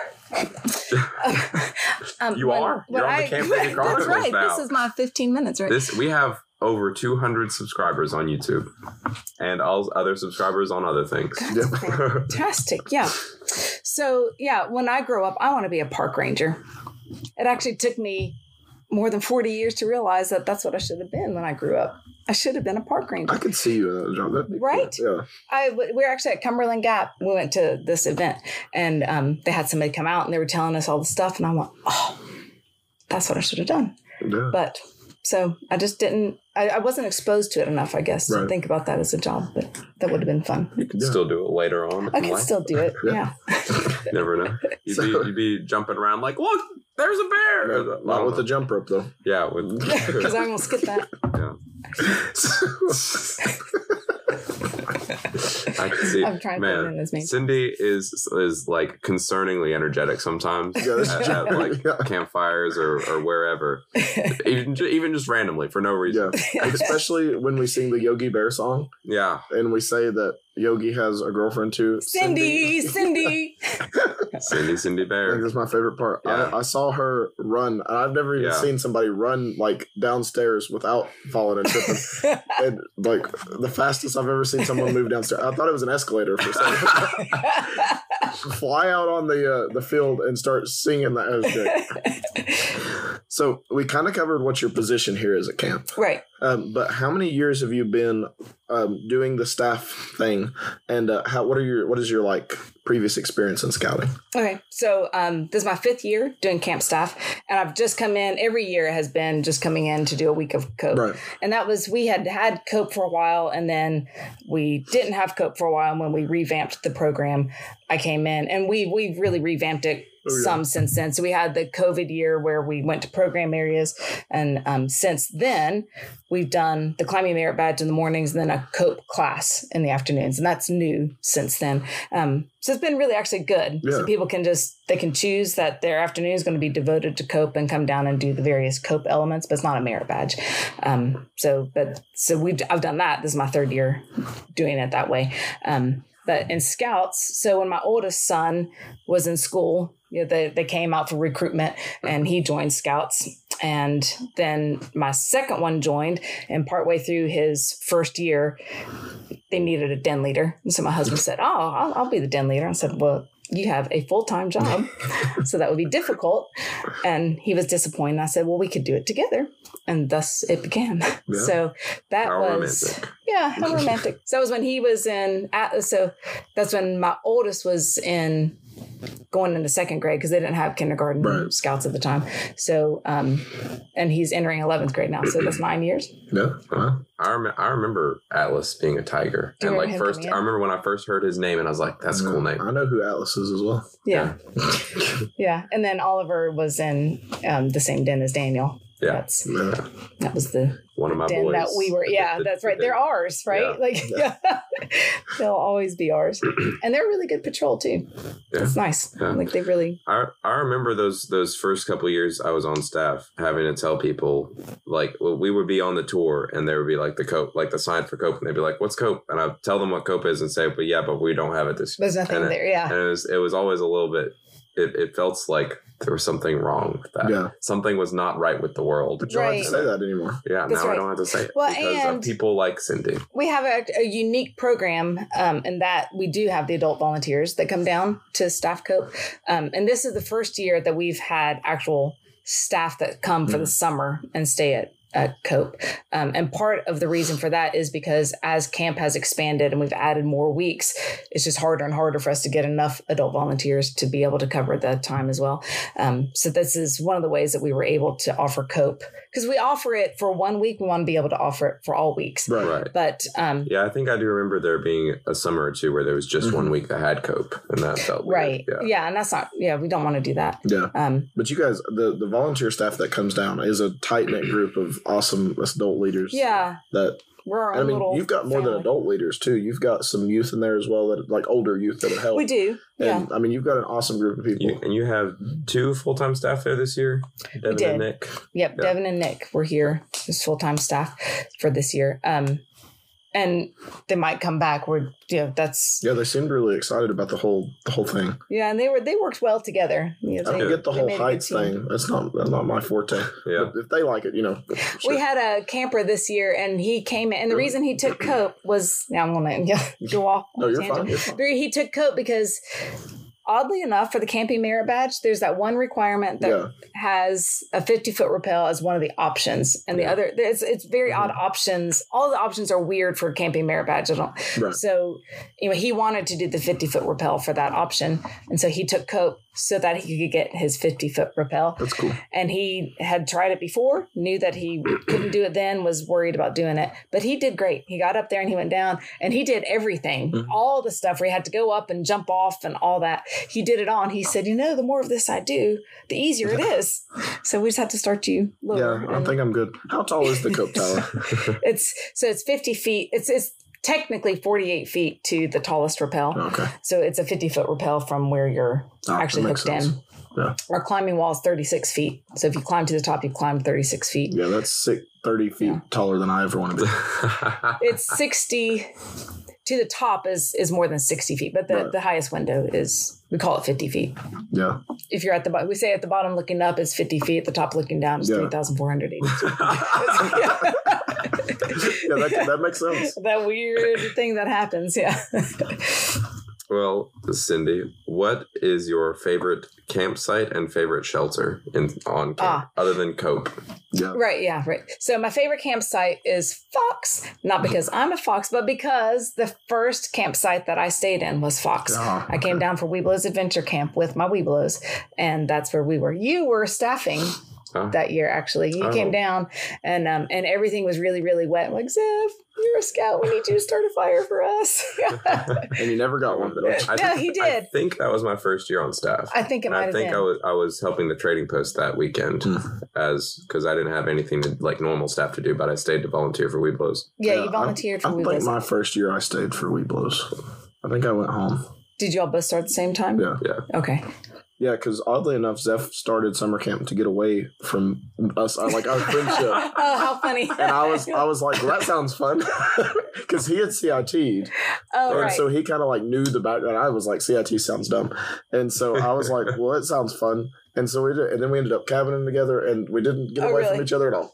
[SPEAKER 3] um,
[SPEAKER 1] You are?
[SPEAKER 3] when
[SPEAKER 1] You're on the Camp David
[SPEAKER 3] (laughs) that's
[SPEAKER 1] Chronicles
[SPEAKER 3] right.
[SPEAKER 1] now.
[SPEAKER 3] This is my 15 minutes, right?
[SPEAKER 1] This we have over 200 subscribers on YouTube, and all other subscribers on other things. (laughs)
[SPEAKER 2] Yeah.
[SPEAKER 3] Fantastic. Yeah. So, yeah, when I grow up, I want to be a park ranger. It actually took me more than 40 years to realize that that's what I should have been when I grew up. I should have been a park ranger.
[SPEAKER 2] I could see you in that job. That'd be cool.
[SPEAKER 3] Right?
[SPEAKER 2] Yeah.
[SPEAKER 3] I we were actually at Cumberland Gap. We went to this event, and um, they had somebody come out, and they were telling us all the stuff, and I went, "Oh, that's what I should have done."
[SPEAKER 2] Yeah.
[SPEAKER 3] But so I just didn't. I, I wasn't exposed to it enough, I guess, to
[SPEAKER 2] Right.
[SPEAKER 3] think about that as a job. But that would have been fun.
[SPEAKER 1] You can
[SPEAKER 2] Yeah.
[SPEAKER 1] still do it later on.
[SPEAKER 3] I
[SPEAKER 1] in
[SPEAKER 3] can
[SPEAKER 1] life.
[SPEAKER 3] still do it.
[SPEAKER 2] Yeah.
[SPEAKER 3] (laughs) Yeah.
[SPEAKER 1] (laughs) Never know.
[SPEAKER 3] (laughs)
[SPEAKER 1] You'd, be,
[SPEAKER 2] So-
[SPEAKER 1] you'd be jumping around like, look, there's a bear. Or the- I
[SPEAKER 2] Not
[SPEAKER 1] don't
[SPEAKER 2] with
[SPEAKER 1] know.
[SPEAKER 2] the jump rope though.
[SPEAKER 1] yeah,
[SPEAKER 2] (laughs)
[SPEAKER 1] with (laughs)
[SPEAKER 3] (laughs) Because I'm gonna skip that.
[SPEAKER 1] I can see.
[SPEAKER 3] I'm trying to put it in
[SPEAKER 1] Man,
[SPEAKER 3] as me.
[SPEAKER 1] Cindy is is like concerningly energetic sometimes
[SPEAKER 2] Yeah, that's
[SPEAKER 1] at, (laughs)
[SPEAKER 2] true.
[SPEAKER 1] at, like
[SPEAKER 2] (laughs) Yeah.
[SPEAKER 1] campfires or, or
[SPEAKER 3] (laughs)
[SPEAKER 1] wherever, even ju- even just randomly for no reason.
[SPEAKER 2] Yeah. Especially when we sing the Yogi Bear song
[SPEAKER 1] Yeah,
[SPEAKER 2] and we say that Yogi has a girlfriend too.
[SPEAKER 3] (laughs) Cindy, Cindy.
[SPEAKER 1] Cindy, Cindy
[SPEAKER 2] I think
[SPEAKER 1] Bear.
[SPEAKER 2] that's my favorite part.
[SPEAKER 1] Yeah.
[SPEAKER 2] I, I saw her run. and I've never even
[SPEAKER 1] Yeah.
[SPEAKER 2] seen somebody run like downstairs without falling and tripping. and like the fastest I've ever seen someone move downstairs. I thought it was an escalator for
[SPEAKER 1] (laughs)
[SPEAKER 2] a second.
[SPEAKER 3] (laughs)
[SPEAKER 2] Fly out on the uh, the field and start singing that. That was great. So we kind of covered what your position here is at camp,
[SPEAKER 3] right.
[SPEAKER 2] um, but how many years have you been um, doing the staff thing, and uh, how what are your what is your like previous experience in scouting?
[SPEAKER 3] Okay, so um, this is my fifth year doing camp staff, and I've just come in. Every year has been just coming in to do a week of cope,
[SPEAKER 2] Right.
[SPEAKER 3] and that was we had had cope for a while, and then we didn't have cope for a while. And when we revamped the program, I came in, and we we really revamped it
[SPEAKER 2] Oh, yeah.
[SPEAKER 3] some since then. So we had the COVID year where we went to program areas, and um, since then we've done the climbing merit badge in the mornings and then a cope class in the afternoons and that's new since then um, so it's been really actually good
[SPEAKER 2] Yeah.
[SPEAKER 3] so people can just they can choose that their afternoon is going to be devoted to cope and come down and do the various cope elements but it's not a merit badge um, so but so we i've done that this is my third year doing it that way um, but in scouts so when my oldest son was in school you know, they, they came out for recruitment and he joined scouts and then my second one joined and partway through his first year they needed a den leader and so my husband said oh i'll, I'll be the den leader i said well you have a full-time job so that would be difficult and he was disappointed i said well we could do it together and thus it began
[SPEAKER 2] Yeah.
[SPEAKER 3] so that
[SPEAKER 1] How
[SPEAKER 3] was
[SPEAKER 1] romantic.
[SPEAKER 3] yeah, how romantic. so that was when he was in. at- So that's when my oldest was in going into second grade because they didn't have kindergarten
[SPEAKER 2] Right.
[SPEAKER 3] scouts at the time. So, um, and he's entering eleventh grade now. So that's nine years.
[SPEAKER 2] No. Wow.
[SPEAKER 1] (laughs) I, rem- I remember Atlas being a tiger,
[SPEAKER 3] Do you
[SPEAKER 1] and
[SPEAKER 3] remember
[SPEAKER 1] like
[SPEAKER 3] him
[SPEAKER 1] first,
[SPEAKER 3] coming
[SPEAKER 1] I
[SPEAKER 3] in?
[SPEAKER 1] remember when I first heard his name, and I was like, "That's a cool name."
[SPEAKER 2] I know who Atlas is
[SPEAKER 1] (laughs)
[SPEAKER 2] as well.
[SPEAKER 3] Yeah, yeah. And then Oliver was in um, the same den as Daniel.
[SPEAKER 1] Yeah.
[SPEAKER 3] that's,
[SPEAKER 2] Yeah.
[SPEAKER 3] that was the
[SPEAKER 1] One of my
[SPEAKER 3] den
[SPEAKER 1] boys.
[SPEAKER 3] that we were.
[SPEAKER 1] (laughs)
[SPEAKER 3] Yeah,
[SPEAKER 1] The-
[SPEAKER 3] that's right.
[SPEAKER 1] the-
[SPEAKER 3] They're ours, right?
[SPEAKER 1] Yeah.
[SPEAKER 3] Like, yeah, (laughs) they'll always be ours, and they're a really good patrol too.
[SPEAKER 1] Yeah.
[SPEAKER 3] It's nice.
[SPEAKER 1] Yeah.
[SPEAKER 3] Like they really.
[SPEAKER 1] I, I remember those those first couple of years I was on staff having to tell people like well, we would be on the tour and there would be like the cope like the sign for cope and they'd be like what's cope and I'd tell them what cope is and say but yeah but we don't have it this year
[SPEAKER 3] There's nothing
[SPEAKER 1] And it-
[SPEAKER 3] there. Yeah.
[SPEAKER 1] and it was it was always a little bit it, it felt like there was something wrong with that
[SPEAKER 2] Yeah.
[SPEAKER 1] something was not right with the world
[SPEAKER 2] But you don't have
[SPEAKER 3] Right.
[SPEAKER 2] to say that anymore.
[SPEAKER 1] yeah
[SPEAKER 3] That's
[SPEAKER 1] now I
[SPEAKER 3] right.
[SPEAKER 1] don't have to say it
[SPEAKER 3] Well,
[SPEAKER 1] because
[SPEAKER 3] and-
[SPEAKER 1] of people like Cindy
[SPEAKER 3] we have a, a unique program um, in that we do have the adult volunteers that come down to staff cope um, and this is the first year that we've had actual staff that come for the summer and stay at at cope um, and part of the reason for that is because as camp has expanded and we've added more weeks it's just harder and harder for us to get enough adult volunteers to be able to cover that time as well um, so this is one of the ways that we were able to offer cope because we offer it for one week we want to be able to offer it for all weeks
[SPEAKER 2] Right.
[SPEAKER 1] right
[SPEAKER 3] but um
[SPEAKER 1] yeah I think I do remember there being a summer or two where there was just
[SPEAKER 2] Mhm.
[SPEAKER 1] one week that had cope and that felt weird.
[SPEAKER 3] right yeah. and that's not yeah we don't want to do that
[SPEAKER 2] Yeah.
[SPEAKER 3] um
[SPEAKER 2] But you guys, the, the volunteer staff that comes down is a tight knit group of awesome adult leaders.
[SPEAKER 3] yeah
[SPEAKER 2] That
[SPEAKER 3] we're our
[SPEAKER 2] I
[SPEAKER 3] own
[SPEAKER 2] mean,
[SPEAKER 3] little
[SPEAKER 2] you've got more than
[SPEAKER 3] family.
[SPEAKER 2] adult leaders too. You've got some youth in there as well that like older youth that have helped.
[SPEAKER 3] we do yeah
[SPEAKER 2] And I mean, you've got an awesome group of people.
[SPEAKER 1] You, and you have two full time staff there this year, Devin
[SPEAKER 3] did.
[SPEAKER 1] and Nick.
[SPEAKER 3] yep
[SPEAKER 1] yeah.
[SPEAKER 3] devin and nick were here as full-time staff for this year um and they might come back we're you know that's
[SPEAKER 2] Yeah, they seemed really excited about the whole the whole thing.
[SPEAKER 3] yeah and they were they worked well together You know,
[SPEAKER 2] I
[SPEAKER 3] they-
[SPEAKER 2] don't get the
[SPEAKER 3] they made
[SPEAKER 2] whole
[SPEAKER 3] a good
[SPEAKER 2] heights
[SPEAKER 3] team.
[SPEAKER 2] thing. That's not that's not my forte.
[SPEAKER 1] Yeah.
[SPEAKER 2] But if they like it, you know. sure.
[SPEAKER 3] (laughs) We had a camper this year, and he came in. And the
[SPEAKER 2] Really?
[SPEAKER 3] reason he took
[SPEAKER 2] (laughs)
[SPEAKER 3] cope was now I'm gonna yeah, go off. on
[SPEAKER 2] no,
[SPEAKER 3] a
[SPEAKER 2] you're
[SPEAKER 3] tangent. (laughs)
[SPEAKER 2] fine. You're fine.
[SPEAKER 3] Three, he took coat because oddly enough, for the camping merit badge, there's that one requirement that
[SPEAKER 2] yeah.
[SPEAKER 3] has a 50 foot rappel as one of the options, and the
[SPEAKER 1] Yeah.
[SPEAKER 3] other it's it's very odd options. All the options are weird for camping merit badge. I don't.
[SPEAKER 2] Right.
[SPEAKER 3] So anyway, he wanted to do the 50 foot rappel for that option, and so he took Cope so that he could get his 50 foot rappel
[SPEAKER 2] That's cool.
[SPEAKER 3] and he had tried it before knew that he couldn't do it then was worried about doing it but he did great he got up there and he went down and he did everything
[SPEAKER 2] Mm-hmm.
[SPEAKER 1] Mhm.
[SPEAKER 3] all the stuff where he had to go up and jump off and all that he did it on he said you know the more of this i do the easier it is so we just have to start you lower
[SPEAKER 2] Yeah, I
[SPEAKER 3] and
[SPEAKER 2] think I'm good. How tall is the
[SPEAKER 3] (laughs)
[SPEAKER 2] Cope Tower?
[SPEAKER 3] it's so it's 50 feet it's it's technically 48 feet to the tallest rappel
[SPEAKER 2] Okay.
[SPEAKER 3] so it's a 50 foot rappel from where you're
[SPEAKER 2] Oh, that
[SPEAKER 3] actually
[SPEAKER 2] makes
[SPEAKER 3] hooked in
[SPEAKER 2] sense. Yeah.
[SPEAKER 3] our climbing wall is 36 feet so if you climb to the top you climb 36 feet
[SPEAKER 2] Yeah, that's sick. Thirty feet
[SPEAKER 3] Yeah.
[SPEAKER 2] taller than I ever want to be.
[SPEAKER 3] it's 60 to the top is is more than 60 feet but the,
[SPEAKER 2] Right.
[SPEAKER 3] the highest window is we call it 50 feet
[SPEAKER 2] Yeah,
[SPEAKER 3] if you're at the bottom we say at the bottom looking up is 50 feet at the top looking down is
[SPEAKER 2] Yeah. (laughs)
[SPEAKER 3] 3480
[SPEAKER 2] yeah, that, that makes sense.
[SPEAKER 3] (laughs) that weird thing that happens yeah
[SPEAKER 1] (laughs)
[SPEAKER 3] (laughs)
[SPEAKER 1] well, Cindy, what is your favorite campsite and favorite shelter in on camp
[SPEAKER 3] Ah.
[SPEAKER 1] other than Cope?
[SPEAKER 3] (laughs)
[SPEAKER 2] Yeah,
[SPEAKER 3] right yeah right so my favorite campsite is fox not because i'm a fox but because the first campsite that i stayed in was fox
[SPEAKER 2] Ah,
[SPEAKER 3] I came down for Weeblows Adventure Camp with my Weeblows, and that's where we were. You were staffing
[SPEAKER 1] Oh.
[SPEAKER 3] that year, actually. You
[SPEAKER 1] Oh.
[SPEAKER 3] came down, and um, and everything was really, really wet. I'm like, Zev, you're a scout. We need you to start a fire for us. (laughs)
[SPEAKER 2] and you never got one. Though.
[SPEAKER 1] I
[SPEAKER 3] no,
[SPEAKER 1] think-
[SPEAKER 3] (laughs) he
[SPEAKER 1] I
[SPEAKER 3] did.
[SPEAKER 1] think that was my first year on staff.
[SPEAKER 3] I think it
[SPEAKER 1] And
[SPEAKER 3] might
[SPEAKER 1] I
[SPEAKER 3] have
[SPEAKER 1] think
[SPEAKER 3] been.
[SPEAKER 1] I was I was helping the trading post that weekend
[SPEAKER 2] Hmm.
[SPEAKER 1] as because I didn't have anything to, like normal staff to do, but I stayed to volunteer for Weeblos.
[SPEAKER 3] yeah,
[SPEAKER 2] Yeah,
[SPEAKER 3] you volunteered
[SPEAKER 2] I
[SPEAKER 3] for
[SPEAKER 2] think
[SPEAKER 3] Weeblows.
[SPEAKER 2] my first year I stayed for Weeblos. I think I went home.
[SPEAKER 3] Did you all both start at the same time?
[SPEAKER 2] Yeah.
[SPEAKER 1] Yeah. (laughs)
[SPEAKER 3] Okay.
[SPEAKER 2] Yeah, because oddly enough, Zeph started summer camp to get away from us, uh, like our friendship.
[SPEAKER 3] (laughs) oh, how funny.
[SPEAKER 2] And
[SPEAKER 3] (laughs)
[SPEAKER 2] I was, I was like, well, that sounds fun, (laughs) because he had CIT'd,
[SPEAKER 3] oh,
[SPEAKER 2] and
[SPEAKER 3] right. (laughs)
[SPEAKER 2] so he kind of like knew the background. I was like, CIT sounds dumb, and so I was
[SPEAKER 3] (laughs)
[SPEAKER 2] like, well, it sounds fun, and so we did, and then we ended up cabining together, and we didn't get
[SPEAKER 3] Oh,
[SPEAKER 2] away
[SPEAKER 3] really?
[SPEAKER 2] from each other at all.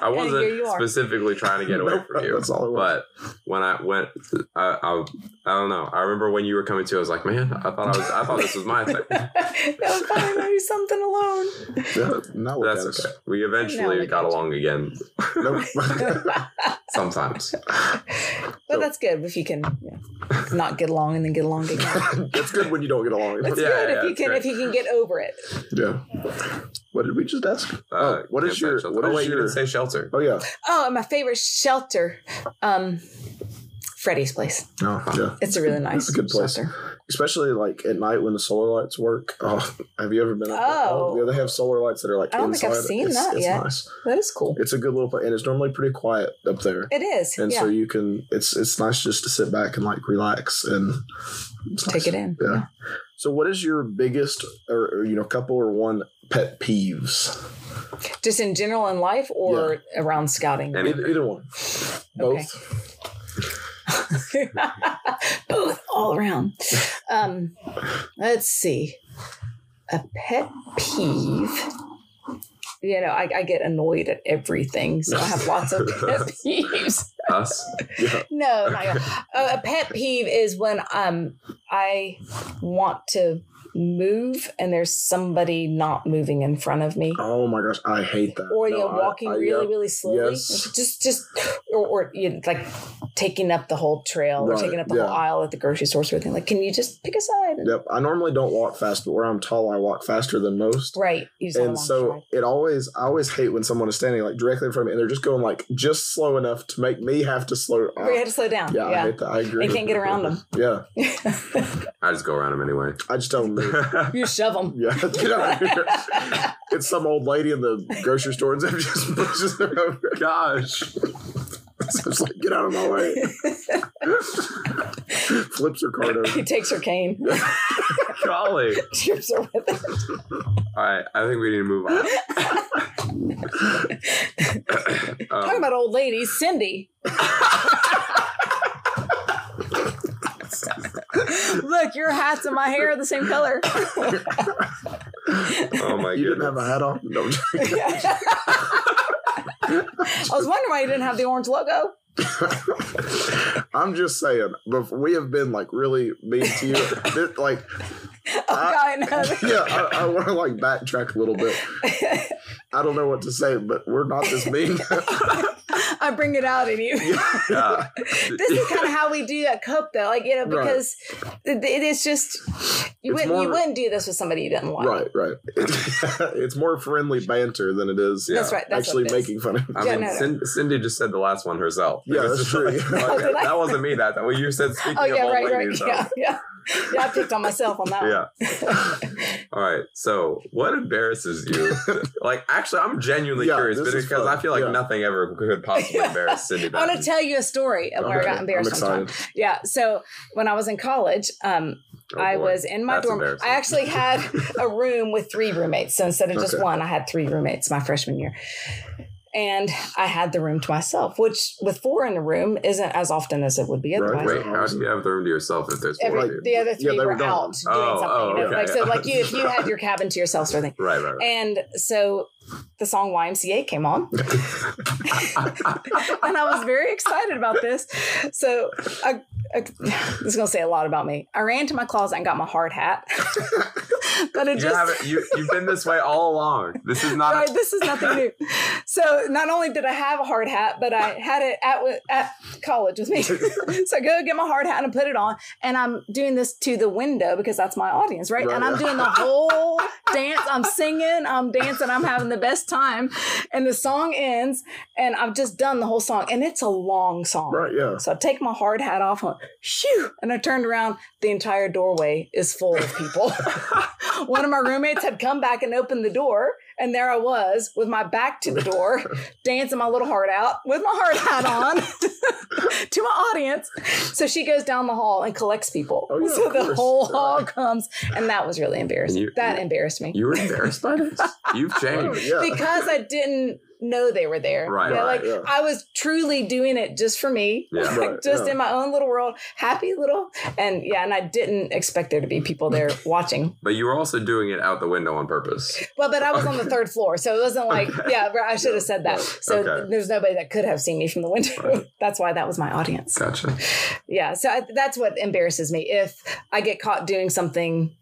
[SPEAKER 1] I
[SPEAKER 3] And here
[SPEAKER 1] wasn't
[SPEAKER 3] you are.
[SPEAKER 1] specifically trying to
[SPEAKER 2] (laughs)
[SPEAKER 1] get away
[SPEAKER 2] Nope,
[SPEAKER 1] from you.
[SPEAKER 2] That's all it was.
[SPEAKER 1] But when I went, I, I, I don't know. I remember when you were coming to, I was like, man, I thought I was, I thought this was my
[SPEAKER 2] (laughs)
[SPEAKER 1] thing.
[SPEAKER 3] (laughs) that was fine. I do something alone.
[SPEAKER 2] yeah, now look
[SPEAKER 1] That's
[SPEAKER 2] at us.
[SPEAKER 1] okay. We eventually
[SPEAKER 3] we
[SPEAKER 1] got
[SPEAKER 3] got you.
[SPEAKER 1] along again
[SPEAKER 2] Nope. (laughs)
[SPEAKER 1] sometimes. Uh,
[SPEAKER 3] But that's good if you can yeah, not get along and then get along again. (laughs)
[SPEAKER 2] That's good when you don't get along.
[SPEAKER 3] That's
[SPEAKER 1] Yeah,
[SPEAKER 3] good
[SPEAKER 1] yeah,
[SPEAKER 3] if you
[SPEAKER 1] it's
[SPEAKER 3] can
[SPEAKER 1] great.
[SPEAKER 3] if you can get over it.
[SPEAKER 2] (laughs) Yeah. What did we just ask?
[SPEAKER 1] Uh,
[SPEAKER 2] what is
[SPEAKER 1] campsite
[SPEAKER 2] your-
[SPEAKER 1] shelter.
[SPEAKER 2] what
[SPEAKER 1] oh,
[SPEAKER 2] is
[SPEAKER 1] wait, you
[SPEAKER 2] your-
[SPEAKER 1] didn't say shelter.
[SPEAKER 2] Oh yeah.
[SPEAKER 3] Oh, and my favorite shelter, um, Freddy's place.
[SPEAKER 2] No. Yeah.
[SPEAKER 3] It's a really nice
[SPEAKER 2] It's a good place.
[SPEAKER 3] shelter.
[SPEAKER 2] Especially like at night when the solar lights work. Oh, have you ever been? Up there?
[SPEAKER 3] Oh.
[SPEAKER 2] yeah. They have solar lights that are like
[SPEAKER 3] I don't think
[SPEAKER 2] inside.
[SPEAKER 3] I've seen
[SPEAKER 2] it's,
[SPEAKER 3] that
[SPEAKER 2] it's
[SPEAKER 3] yet.
[SPEAKER 2] Nice.
[SPEAKER 3] That is cool.
[SPEAKER 2] It's a good little place, and it's normally pretty quiet up there.
[SPEAKER 3] It is.
[SPEAKER 2] And
[SPEAKER 3] yeah.
[SPEAKER 2] so you can. It's it's nice just to sit back and like relax and it's
[SPEAKER 3] Take
[SPEAKER 2] nice.
[SPEAKER 3] it in.
[SPEAKER 2] Yeah. So, what is your biggest, or, or you know, couple or one pet peeves?
[SPEAKER 3] Just in general in life or around scouting.
[SPEAKER 1] And-
[SPEAKER 2] Either, either one,
[SPEAKER 3] Okay.
[SPEAKER 2] both.
[SPEAKER 3] (laughs) Both all around. Um, let's see. A pet peeve. You know, I, I get annoyed at everything, so I have lots of pet peeves.
[SPEAKER 1] Us.
[SPEAKER 2] (laughs) Yeah.
[SPEAKER 3] No, not yet. Uh, a pet peeve is when um I want to move and there's somebody not moving in front of me.
[SPEAKER 2] Oh my gosh, I hate that.
[SPEAKER 3] Or
[SPEAKER 2] No,
[SPEAKER 3] you're
[SPEAKER 2] I-
[SPEAKER 3] walking
[SPEAKER 2] I-
[SPEAKER 3] really,
[SPEAKER 2] yeah.
[SPEAKER 3] really slowly.
[SPEAKER 2] Yes.
[SPEAKER 3] Just, just, or, or you know, like taking up the whole trail or
[SPEAKER 2] Right,
[SPEAKER 3] taking up the
[SPEAKER 2] yeah.
[SPEAKER 3] whole aisle at the grocery store, sort of thing. Like, can you just pick a side?
[SPEAKER 2] Yep. I normally don't walk fast, but where I'm tall, I walk faster than most.
[SPEAKER 3] Right. You just have a
[SPEAKER 2] And
[SPEAKER 3] long
[SPEAKER 2] so
[SPEAKER 3] stride.
[SPEAKER 2] it always, I always hate when someone is standing like directly in front of me and they're just going like just slow enough to make me have to slow.
[SPEAKER 3] Or you had to slow down.
[SPEAKER 2] yeah, I
[SPEAKER 3] Yeah.
[SPEAKER 2] hate that. I agree.
[SPEAKER 3] You can't get around them.
[SPEAKER 2] Yeah,
[SPEAKER 1] I just go around them anyway.
[SPEAKER 2] I just tell them. to-
[SPEAKER 1] (laughs)
[SPEAKER 3] You
[SPEAKER 2] (laughs)
[SPEAKER 3] shove them.
[SPEAKER 2] Yeah, get out of here. It's some old lady in the grocery store and Zeb just pushes her over.
[SPEAKER 1] Gosh.
[SPEAKER 2] So it's like, get out of my
[SPEAKER 3] (laughs)
[SPEAKER 2] way. Flips her card over.
[SPEAKER 3] (laughs) He takes her cane, (laughs)
[SPEAKER 1] Golly.
[SPEAKER 3] trips her with it.
[SPEAKER 1] All right. I think we need to move
[SPEAKER 3] (laughs)
[SPEAKER 1] on. (laughs) Um,
[SPEAKER 3] Talking about old ladies, Cindy. Look, your hats and my hair are the same color.
[SPEAKER 1] oh my
[SPEAKER 2] You didn't
[SPEAKER 1] goodness.
[SPEAKER 2] have a hat on? No.
[SPEAKER 3] I was wondering why you didn't have the orange logo.
[SPEAKER 2] I'm just saying, but we have been like really mean to you. This- like
[SPEAKER 3] (laughs) God, no.
[SPEAKER 2] yeah, I, I want to like backtrack a little bit. I don't know what to say, but we're not this mean.
[SPEAKER 3] I bring it out in you.
[SPEAKER 1] Yeah.
[SPEAKER 3] (laughs) this is kind of how we do at Cope, though. Like you know,
[SPEAKER 2] Right.
[SPEAKER 3] because it, it is just you
[SPEAKER 2] It's
[SPEAKER 3] wouldn't you
[SPEAKER 2] more-
[SPEAKER 3] wouldn't do this with somebody you didn't like.
[SPEAKER 2] right, right. (laughs) it's more friendly banter than it is
[SPEAKER 1] Yeah.
[SPEAKER 3] That's right. That's
[SPEAKER 2] actually
[SPEAKER 3] what it is.
[SPEAKER 2] making fun of.
[SPEAKER 1] I
[SPEAKER 3] Yeah,
[SPEAKER 1] mean,
[SPEAKER 3] no, no.
[SPEAKER 1] Cin- Cindy just said the last one herself.
[SPEAKER 2] Yeah,
[SPEAKER 1] It was
[SPEAKER 2] that's
[SPEAKER 1] just like,
[SPEAKER 2] true. (laughs)
[SPEAKER 1] fuck
[SPEAKER 3] Oh,
[SPEAKER 1] it.
[SPEAKER 3] did I?
[SPEAKER 1] that wasn't me. That well, you said speaking
[SPEAKER 3] Oh
[SPEAKER 1] of
[SPEAKER 3] yeah,
[SPEAKER 1] old
[SPEAKER 3] right, right.
[SPEAKER 1] ladies. so-
[SPEAKER 3] Yeah, yeah. Yeah, I picked on
[SPEAKER 2] (laughs)
[SPEAKER 3] myself on that one.
[SPEAKER 1] yeah.
[SPEAKER 3] (laughs)
[SPEAKER 1] All right. So, what embarrasses
[SPEAKER 2] (laughs)
[SPEAKER 1] you? like, actually, I'm genuinely
[SPEAKER 2] Yeah,
[SPEAKER 1] curious
[SPEAKER 2] this
[SPEAKER 1] but
[SPEAKER 2] is
[SPEAKER 1] because
[SPEAKER 2] fun.
[SPEAKER 1] I feel like
[SPEAKER 2] Yeah.
[SPEAKER 1] nothing ever could possibly embarrass Cindy.
[SPEAKER 3] I want
[SPEAKER 1] Batten.
[SPEAKER 3] to tell you a
[SPEAKER 2] (laughs)
[SPEAKER 3] story of where I
[SPEAKER 2] Okay,
[SPEAKER 3] got embarrassed.
[SPEAKER 2] I'm
[SPEAKER 3] sometime.
[SPEAKER 2] excited.
[SPEAKER 3] Yeah. So when I was in college, um,
[SPEAKER 1] Oh,
[SPEAKER 3] I
[SPEAKER 1] boy.
[SPEAKER 3] was in my
[SPEAKER 1] That's
[SPEAKER 3] dorm.
[SPEAKER 1] embarrassing.
[SPEAKER 3] I actually had a room with three roommates. So instead of just
[SPEAKER 2] Okay.
[SPEAKER 3] one, I had three roommates my freshman year. And I had the room to myself, which with four in the room isn't as often as it would be
[SPEAKER 2] Right,
[SPEAKER 3] otherwise.
[SPEAKER 1] Wait, how do you have the room to yourself if there's four
[SPEAKER 3] Every,
[SPEAKER 1] of you?
[SPEAKER 3] the other
[SPEAKER 2] Yeah,
[SPEAKER 3] three
[SPEAKER 2] they
[SPEAKER 3] were,
[SPEAKER 2] were gone.
[SPEAKER 3] out doing
[SPEAKER 1] Oh,
[SPEAKER 3] something.
[SPEAKER 1] oh,
[SPEAKER 3] you know?
[SPEAKER 1] okay,
[SPEAKER 3] Like so,
[SPEAKER 1] yeah.
[SPEAKER 3] like you, if you had your cabin to yourself, sort of
[SPEAKER 1] (laughs)
[SPEAKER 3] thing.
[SPEAKER 1] Right, right, right.
[SPEAKER 3] And so the song YMCA came on. (laughs)
[SPEAKER 1] (laughs)
[SPEAKER 3] and I was very excited about this. So I, I, this is going to say a lot about me. I ran to my closet and got my hard hat. (laughs) but it
[SPEAKER 1] you
[SPEAKER 3] just.
[SPEAKER 1] haven't. You you've been this way all along. This is not.
[SPEAKER 3] Right, this is nothing new. So not only did I have a hard hat, but I had it at at college with me. so I go get my hard hat and put it on, and I'm doing this to the window because that's my audience, right?
[SPEAKER 2] Right,
[SPEAKER 3] and I'm
[SPEAKER 2] yeah.
[SPEAKER 3] doing the whole dance. I'm singing, I'm dancing, I'm having the best time, and the song ends, and I've just done the whole song, and it's a long song.
[SPEAKER 2] Right, yeah.
[SPEAKER 3] So I take my hard hat off, and shoo, and I turned around. The entire doorway is full of people. (laughs) One of my roommates had come back and opened the door, and there I was with my back to
[SPEAKER 2] (laughs)
[SPEAKER 3] the door, dancing my little heart out with my hard hat on (laughs) to my audience. So she goes down the hall and collects people.
[SPEAKER 2] Oh, yeah,
[SPEAKER 3] so
[SPEAKER 2] of
[SPEAKER 3] the
[SPEAKER 2] course.
[SPEAKER 3] whole hall comes, and that was really embarrassing.
[SPEAKER 1] And you-
[SPEAKER 3] that
[SPEAKER 1] you-
[SPEAKER 3] embarrassed me
[SPEAKER 1] You were embarrassed by this.
[SPEAKER 3] (laughs)
[SPEAKER 1] You've changed.
[SPEAKER 2] Yeah.
[SPEAKER 3] because I didn't know they were there.
[SPEAKER 1] Right,
[SPEAKER 3] You know,
[SPEAKER 1] right,
[SPEAKER 3] like
[SPEAKER 2] yeah.
[SPEAKER 3] I was truly doing it just for me.
[SPEAKER 1] Yeah.
[SPEAKER 3] (laughs) Like
[SPEAKER 2] Right,
[SPEAKER 3] just
[SPEAKER 2] yeah.
[SPEAKER 3] in my own little world, happy little and yeah, and I didn't expect there to be
[SPEAKER 2] (laughs)
[SPEAKER 3] people there watching.
[SPEAKER 1] But you were also doing it out the window on purpose.
[SPEAKER 3] Well, but I was on the third floor, so it wasn't like yeah, right, I should have said that. So
[SPEAKER 1] Okay.
[SPEAKER 3] there's nobody that could have seen me from the window. (laughs) That's why that was my audience.
[SPEAKER 1] Gotcha.
[SPEAKER 3] Yeah, so I, that's what embarrasses me if I get caught doing something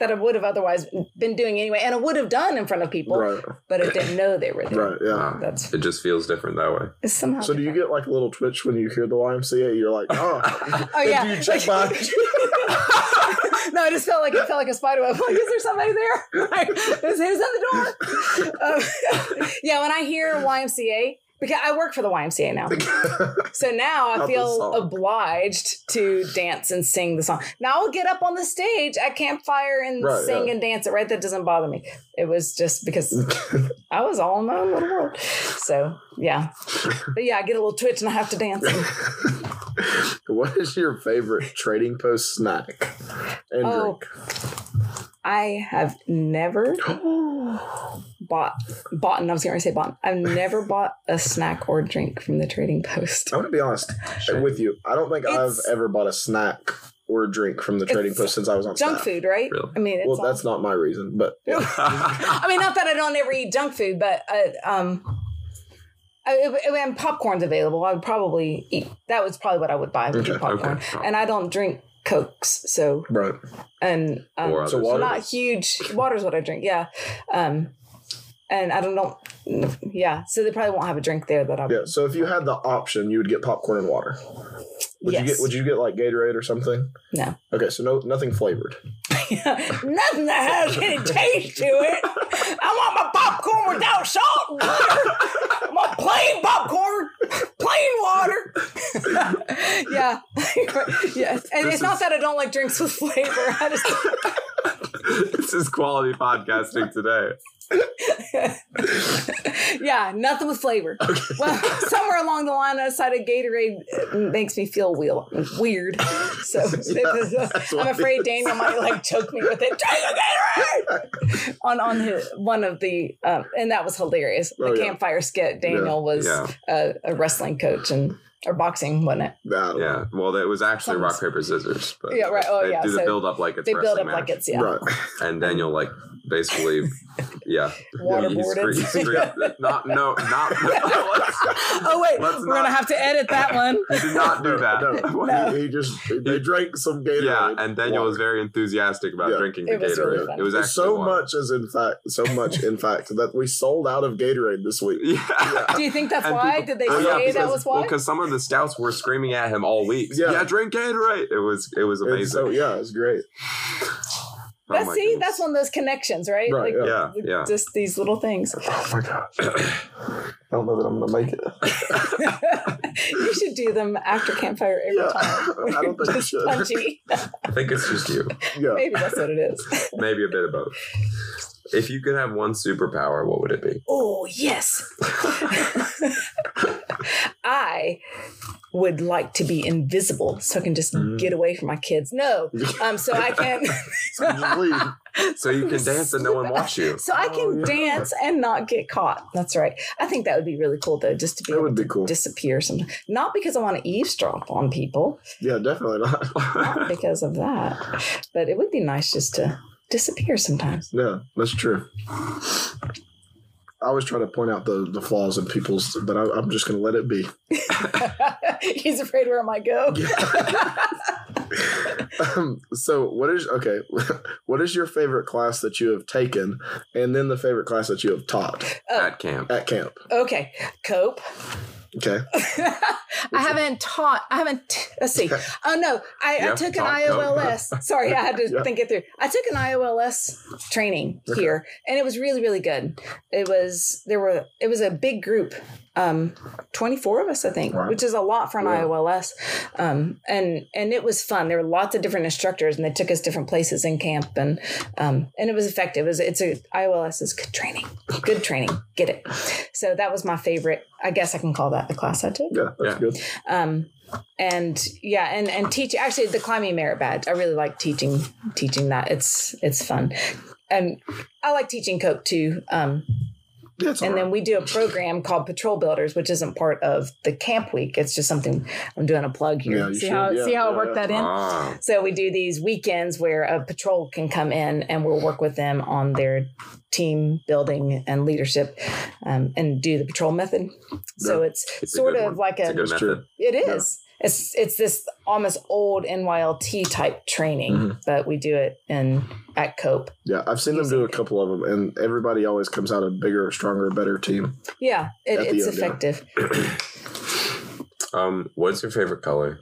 [SPEAKER 3] that I would have otherwise been doing anyway, and I would have done in front of people,
[SPEAKER 2] Right,
[SPEAKER 3] but I didn't know they were there.
[SPEAKER 2] right, yeah.
[SPEAKER 1] Wow.
[SPEAKER 3] That's
[SPEAKER 1] It just feels different that way.
[SPEAKER 3] it's somehow.
[SPEAKER 2] So do you
[SPEAKER 3] different.
[SPEAKER 2] get like a little twitch when you hear the YMCA? You're
[SPEAKER 3] (laughs)
[SPEAKER 2] like, oh,
[SPEAKER 3] Oh
[SPEAKER 2] Then
[SPEAKER 3] yeah.
[SPEAKER 2] do you check
[SPEAKER 3] (laughs)
[SPEAKER 2] behind you?
[SPEAKER 3] no, I just felt like it felt like a spider web. (laughs) Like, is there somebody there? (laughs) Like, is, who's at the door? Um, (laughs) yeah, when I hear YMCA, because I work for the YMCA now, so now I
[SPEAKER 2] Not the
[SPEAKER 3] feel
[SPEAKER 2] song.
[SPEAKER 3] obliged to dance and sing the song. Now I'll get up on the stage at campfire and
[SPEAKER 2] Right,
[SPEAKER 3] sing
[SPEAKER 2] yeah.
[SPEAKER 3] and dance it. Right, that doesn't bother me. It was
[SPEAKER 2] (laughs)
[SPEAKER 3] just because I was all in my own little world. So yeah, but yeah, I get a little twitch and I have
[SPEAKER 2] (laughs)
[SPEAKER 3] to dance.
[SPEAKER 2] (laughs) What is your favorite trading post snack and
[SPEAKER 3] Oh.
[SPEAKER 2] (gasps)
[SPEAKER 3] I have never bought bought and I was gonna say bought. I've never bought a snack or drink from the trading
[SPEAKER 2] (laughs)
[SPEAKER 3] post.
[SPEAKER 2] I'm gonna be honest (laughs) with you. I don't think
[SPEAKER 3] It's-
[SPEAKER 2] I've ever bought a snack or a drink from the trading
[SPEAKER 3] It's
[SPEAKER 2] post since I was on
[SPEAKER 3] Junk
[SPEAKER 2] staff.
[SPEAKER 3] food, right?
[SPEAKER 1] Really?
[SPEAKER 3] I mean, it's
[SPEAKER 2] Well,
[SPEAKER 3] all-
[SPEAKER 2] that's not my reason,
[SPEAKER 3] (laughs)
[SPEAKER 2] but yeah.
[SPEAKER 3] I mean, not that I don't ever eat junk food, but uh, um, I, I- when popcorn's available, I would probably eat. That was probably what I would buy. Would be
[SPEAKER 2] Okay,
[SPEAKER 3] popcorn,
[SPEAKER 1] okay.
[SPEAKER 3] and I don't drink cokes, so
[SPEAKER 2] right.
[SPEAKER 3] and um,
[SPEAKER 1] Or
[SPEAKER 2] So
[SPEAKER 1] others.
[SPEAKER 2] water-
[SPEAKER 3] not huge. Water's what I drink. Yeah. Um, and I don't know. Yeah. So they probably won't have a drink there that I would.
[SPEAKER 2] Yeah. So if you had the option, you would get popcorn and water. Would you
[SPEAKER 3] Yes.
[SPEAKER 2] get would you get like Gatorade or something?
[SPEAKER 3] No.
[SPEAKER 2] Okay, so no nothing flavored.
[SPEAKER 3] (laughs) Nothing that has any taste to it. I want my popcorn without salt and water. I want plain popcorn, plain water. (laughs) yeah. yeah. And
[SPEAKER 1] This
[SPEAKER 3] it's not that I don't like drinks with flavor. I
[SPEAKER 1] (laughs)
[SPEAKER 3] just
[SPEAKER 1] this is quality podcasting today.
[SPEAKER 3] yeah, nothing with
[SPEAKER 1] (laughs)
[SPEAKER 3] flavor. Well, somewhere along the line, I decided Gatorade uh, makes me feel wheel- weird.
[SPEAKER 1] (laughs)
[SPEAKER 3] So uh,
[SPEAKER 2] that's what
[SPEAKER 3] I'm
[SPEAKER 2] it
[SPEAKER 3] afraid Daniel might like choke me with
[SPEAKER 1] (laughs)
[SPEAKER 3] it. Drink a Gatorade on on his, one of the um, and that was hilarious. The
[SPEAKER 2] Oh, yeah.
[SPEAKER 3] campfire skit. Daniel was
[SPEAKER 1] Yeah.
[SPEAKER 3] uh, a wrestling coach and or boxing, wasn't it?
[SPEAKER 2] Nah,
[SPEAKER 1] Yeah. Well, it was actually rock paper scissors. But
[SPEAKER 3] Yeah, right. Oh,
[SPEAKER 1] they
[SPEAKER 3] yeah,
[SPEAKER 1] Do the
[SPEAKER 3] so
[SPEAKER 1] build up like it's
[SPEAKER 3] They build
[SPEAKER 1] wrestling
[SPEAKER 3] up like
[SPEAKER 1] match.
[SPEAKER 3] it's yeah.
[SPEAKER 2] Right.
[SPEAKER 3] (laughs)
[SPEAKER 1] and Daniel like basically Yeah.
[SPEAKER 3] Waterboarded. (laughs)
[SPEAKER 1] He scre- screamed- not no not. (laughs)
[SPEAKER 3] oh wait,
[SPEAKER 1] Let's
[SPEAKER 3] we're gonna
[SPEAKER 1] not-
[SPEAKER 3] have to edit that one.
[SPEAKER 1] he did
[SPEAKER 2] (laughs)
[SPEAKER 1] not do (laughs) that.
[SPEAKER 2] No,
[SPEAKER 3] No.
[SPEAKER 2] He, he just they drank some Gatorade.
[SPEAKER 1] Yeah, and Daniel was very enthusiastic about
[SPEAKER 2] Yeah.
[SPEAKER 1] drinking the
[SPEAKER 3] It was
[SPEAKER 1] Gatorade.
[SPEAKER 3] really fun.
[SPEAKER 1] it was actually
[SPEAKER 2] so
[SPEAKER 1] water.
[SPEAKER 2] much as in fact, so much in fact that we sold out of Gatorade this week.
[SPEAKER 1] (laughs) Yeah.
[SPEAKER 3] Do you think that's
[SPEAKER 1] And
[SPEAKER 3] why?
[SPEAKER 1] people-
[SPEAKER 3] Did they
[SPEAKER 1] Oh,
[SPEAKER 3] say
[SPEAKER 1] yeah,
[SPEAKER 3] that
[SPEAKER 1] because-
[SPEAKER 3] was why?
[SPEAKER 1] Well, because some of the scouts were screaming at him all week. Yeah,
[SPEAKER 2] Yeah.
[SPEAKER 1] drink Gatorade. It was it was
[SPEAKER 2] And
[SPEAKER 1] amazing.
[SPEAKER 2] so yeah, it's great.
[SPEAKER 1] Oh
[SPEAKER 3] that's
[SPEAKER 1] my
[SPEAKER 3] see,
[SPEAKER 1] goodness.
[SPEAKER 3] that's one of those connections, right?
[SPEAKER 2] Right,
[SPEAKER 3] like
[SPEAKER 1] yeah,
[SPEAKER 3] (laughs)
[SPEAKER 1] yeah.
[SPEAKER 3] just these little things.
[SPEAKER 2] Oh my gosh. (coughs) I don't know that I'm gonna make it.
[SPEAKER 3] you should do them after campfire every
[SPEAKER 2] Yeah.
[SPEAKER 3] time.
[SPEAKER 2] I don't think I
[SPEAKER 3] (laughs) Just
[SPEAKER 2] should.
[SPEAKER 3] punchy.
[SPEAKER 1] I think it's just you.
[SPEAKER 2] Yeah.
[SPEAKER 3] (laughs) Maybe that's what it is.
[SPEAKER 1] Maybe a bit of both. If you could have one superpower, what would it be?
[SPEAKER 3] Oh yes. I would like to be invisible so I can just
[SPEAKER 1] Mm.
[SPEAKER 3] get away from my kids. No. Um so I can
[SPEAKER 2] So just leave.
[SPEAKER 1] So you can dance and no one watch
[SPEAKER 3] (laughs)
[SPEAKER 1] you. (laughs)
[SPEAKER 3] so I
[SPEAKER 2] (laughs) Oh,
[SPEAKER 3] can
[SPEAKER 2] yeah.
[SPEAKER 3] dance and not get caught. That's right. I think that would be really cool though, just to be
[SPEAKER 2] That
[SPEAKER 3] able
[SPEAKER 2] would be cool.
[SPEAKER 3] to disappear sometimes. Not because I want to eavesdrop on people,
[SPEAKER 2] Yeah, definitely not. (laughs)
[SPEAKER 3] not because of that. But it would be nice just to disappear sometimes. (laughs)
[SPEAKER 2] Yeah, that's true. I always try to point out the, the flaws in people's, but I, I'm just going to let it be.
[SPEAKER 3] He's afraid where I might go.
[SPEAKER 2] Um, so, what is okay? (laughs) What is your favorite class that you have taken, and then the favorite class that you have taught
[SPEAKER 1] at camp.
[SPEAKER 2] at camp?
[SPEAKER 3] Okay. Cope.
[SPEAKER 2] Okay,
[SPEAKER 3] (laughs) I haven't taught. I haven't. T- let's see. Oh no, I,
[SPEAKER 1] Yeah,
[SPEAKER 3] I took an
[SPEAKER 1] talk, go.
[SPEAKER 2] (laughs)
[SPEAKER 3] IOLS. Sorry, I had to
[SPEAKER 2] Yeah.
[SPEAKER 3] think it through. I took an IOLS training
[SPEAKER 2] Okay.
[SPEAKER 3] here, and it was really, really good. It was there were it was a big group, um, twenty four of us, I think,
[SPEAKER 2] Wow.
[SPEAKER 3] which is a lot for an
[SPEAKER 2] Yeah.
[SPEAKER 3] IOLS, um, and and it was fun. There were lots of different instructors, and they took us different places in camp, and um, and it was effective. It was, it's a IOLS is good training, good training. Get it. So that was my favorite. I guess I can call that the class I took
[SPEAKER 2] yeah, that's
[SPEAKER 1] Yeah.
[SPEAKER 2] good.
[SPEAKER 3] um and yeah and and teach actually the climbing merit badge i really like teaching teaching that it's it's fun and i like teaching cope too um
[SPEAKER 2] Yeah, it's
[SPEAKER 3] and then we do a program called patrol builders which isn't part of the camp week it's just something i'm doing a plug here
[SPEAKER 2] Yeah, you
[SPEAKER 3] see
[SPEAKER 2] should.
[SPEAKER 3] how
[SPEAKER 2] Yeah,
[SPEAKER 3] see how i
[SPEAKER 2] yeah,
[SPEAKER 3] work
[SPEAKER 2] yeah.
[SPEAKER 3] that in
[SPEAKER 1] Ah,
[SPEAKER 3] so we do these weekends where a patrol can come in and we'll work with them on their team building and leadership um, and do the patrol method. So it's,
[SPEAKER 1] It's a
[SPEAKER 3] sort
[SPEAKER 1] good
[SPEAKER 3] of
[SPEAKER 1] one.
[SPEAKER 3] like
[SPEAKER 1] it's a good
[SPEAKER 2] That's
[SPEAKER 1] method.
[SPEAKER 2] true.
[SPEAKER 3] it is. It's it's this almost old NYLT type training,
[SPEAKER 1] Mm-hmm.
[SPEAKER 2] Mhm.
[SPEAKER 3] but we do it in at Cope.
[SPEAKER 2] yeah, I've seen them do a couple of them, and everybody always comes out a bigger, stronger, better team.
[SPEAKER 3] Yeah, it,
[SPEAKER 2] At the
[SPEAKER 3] it's
[SPEAKER 2] end, yeah.
[SPEAKER 3] effective.
[SPEAKER 1] Um, what's your favorite color?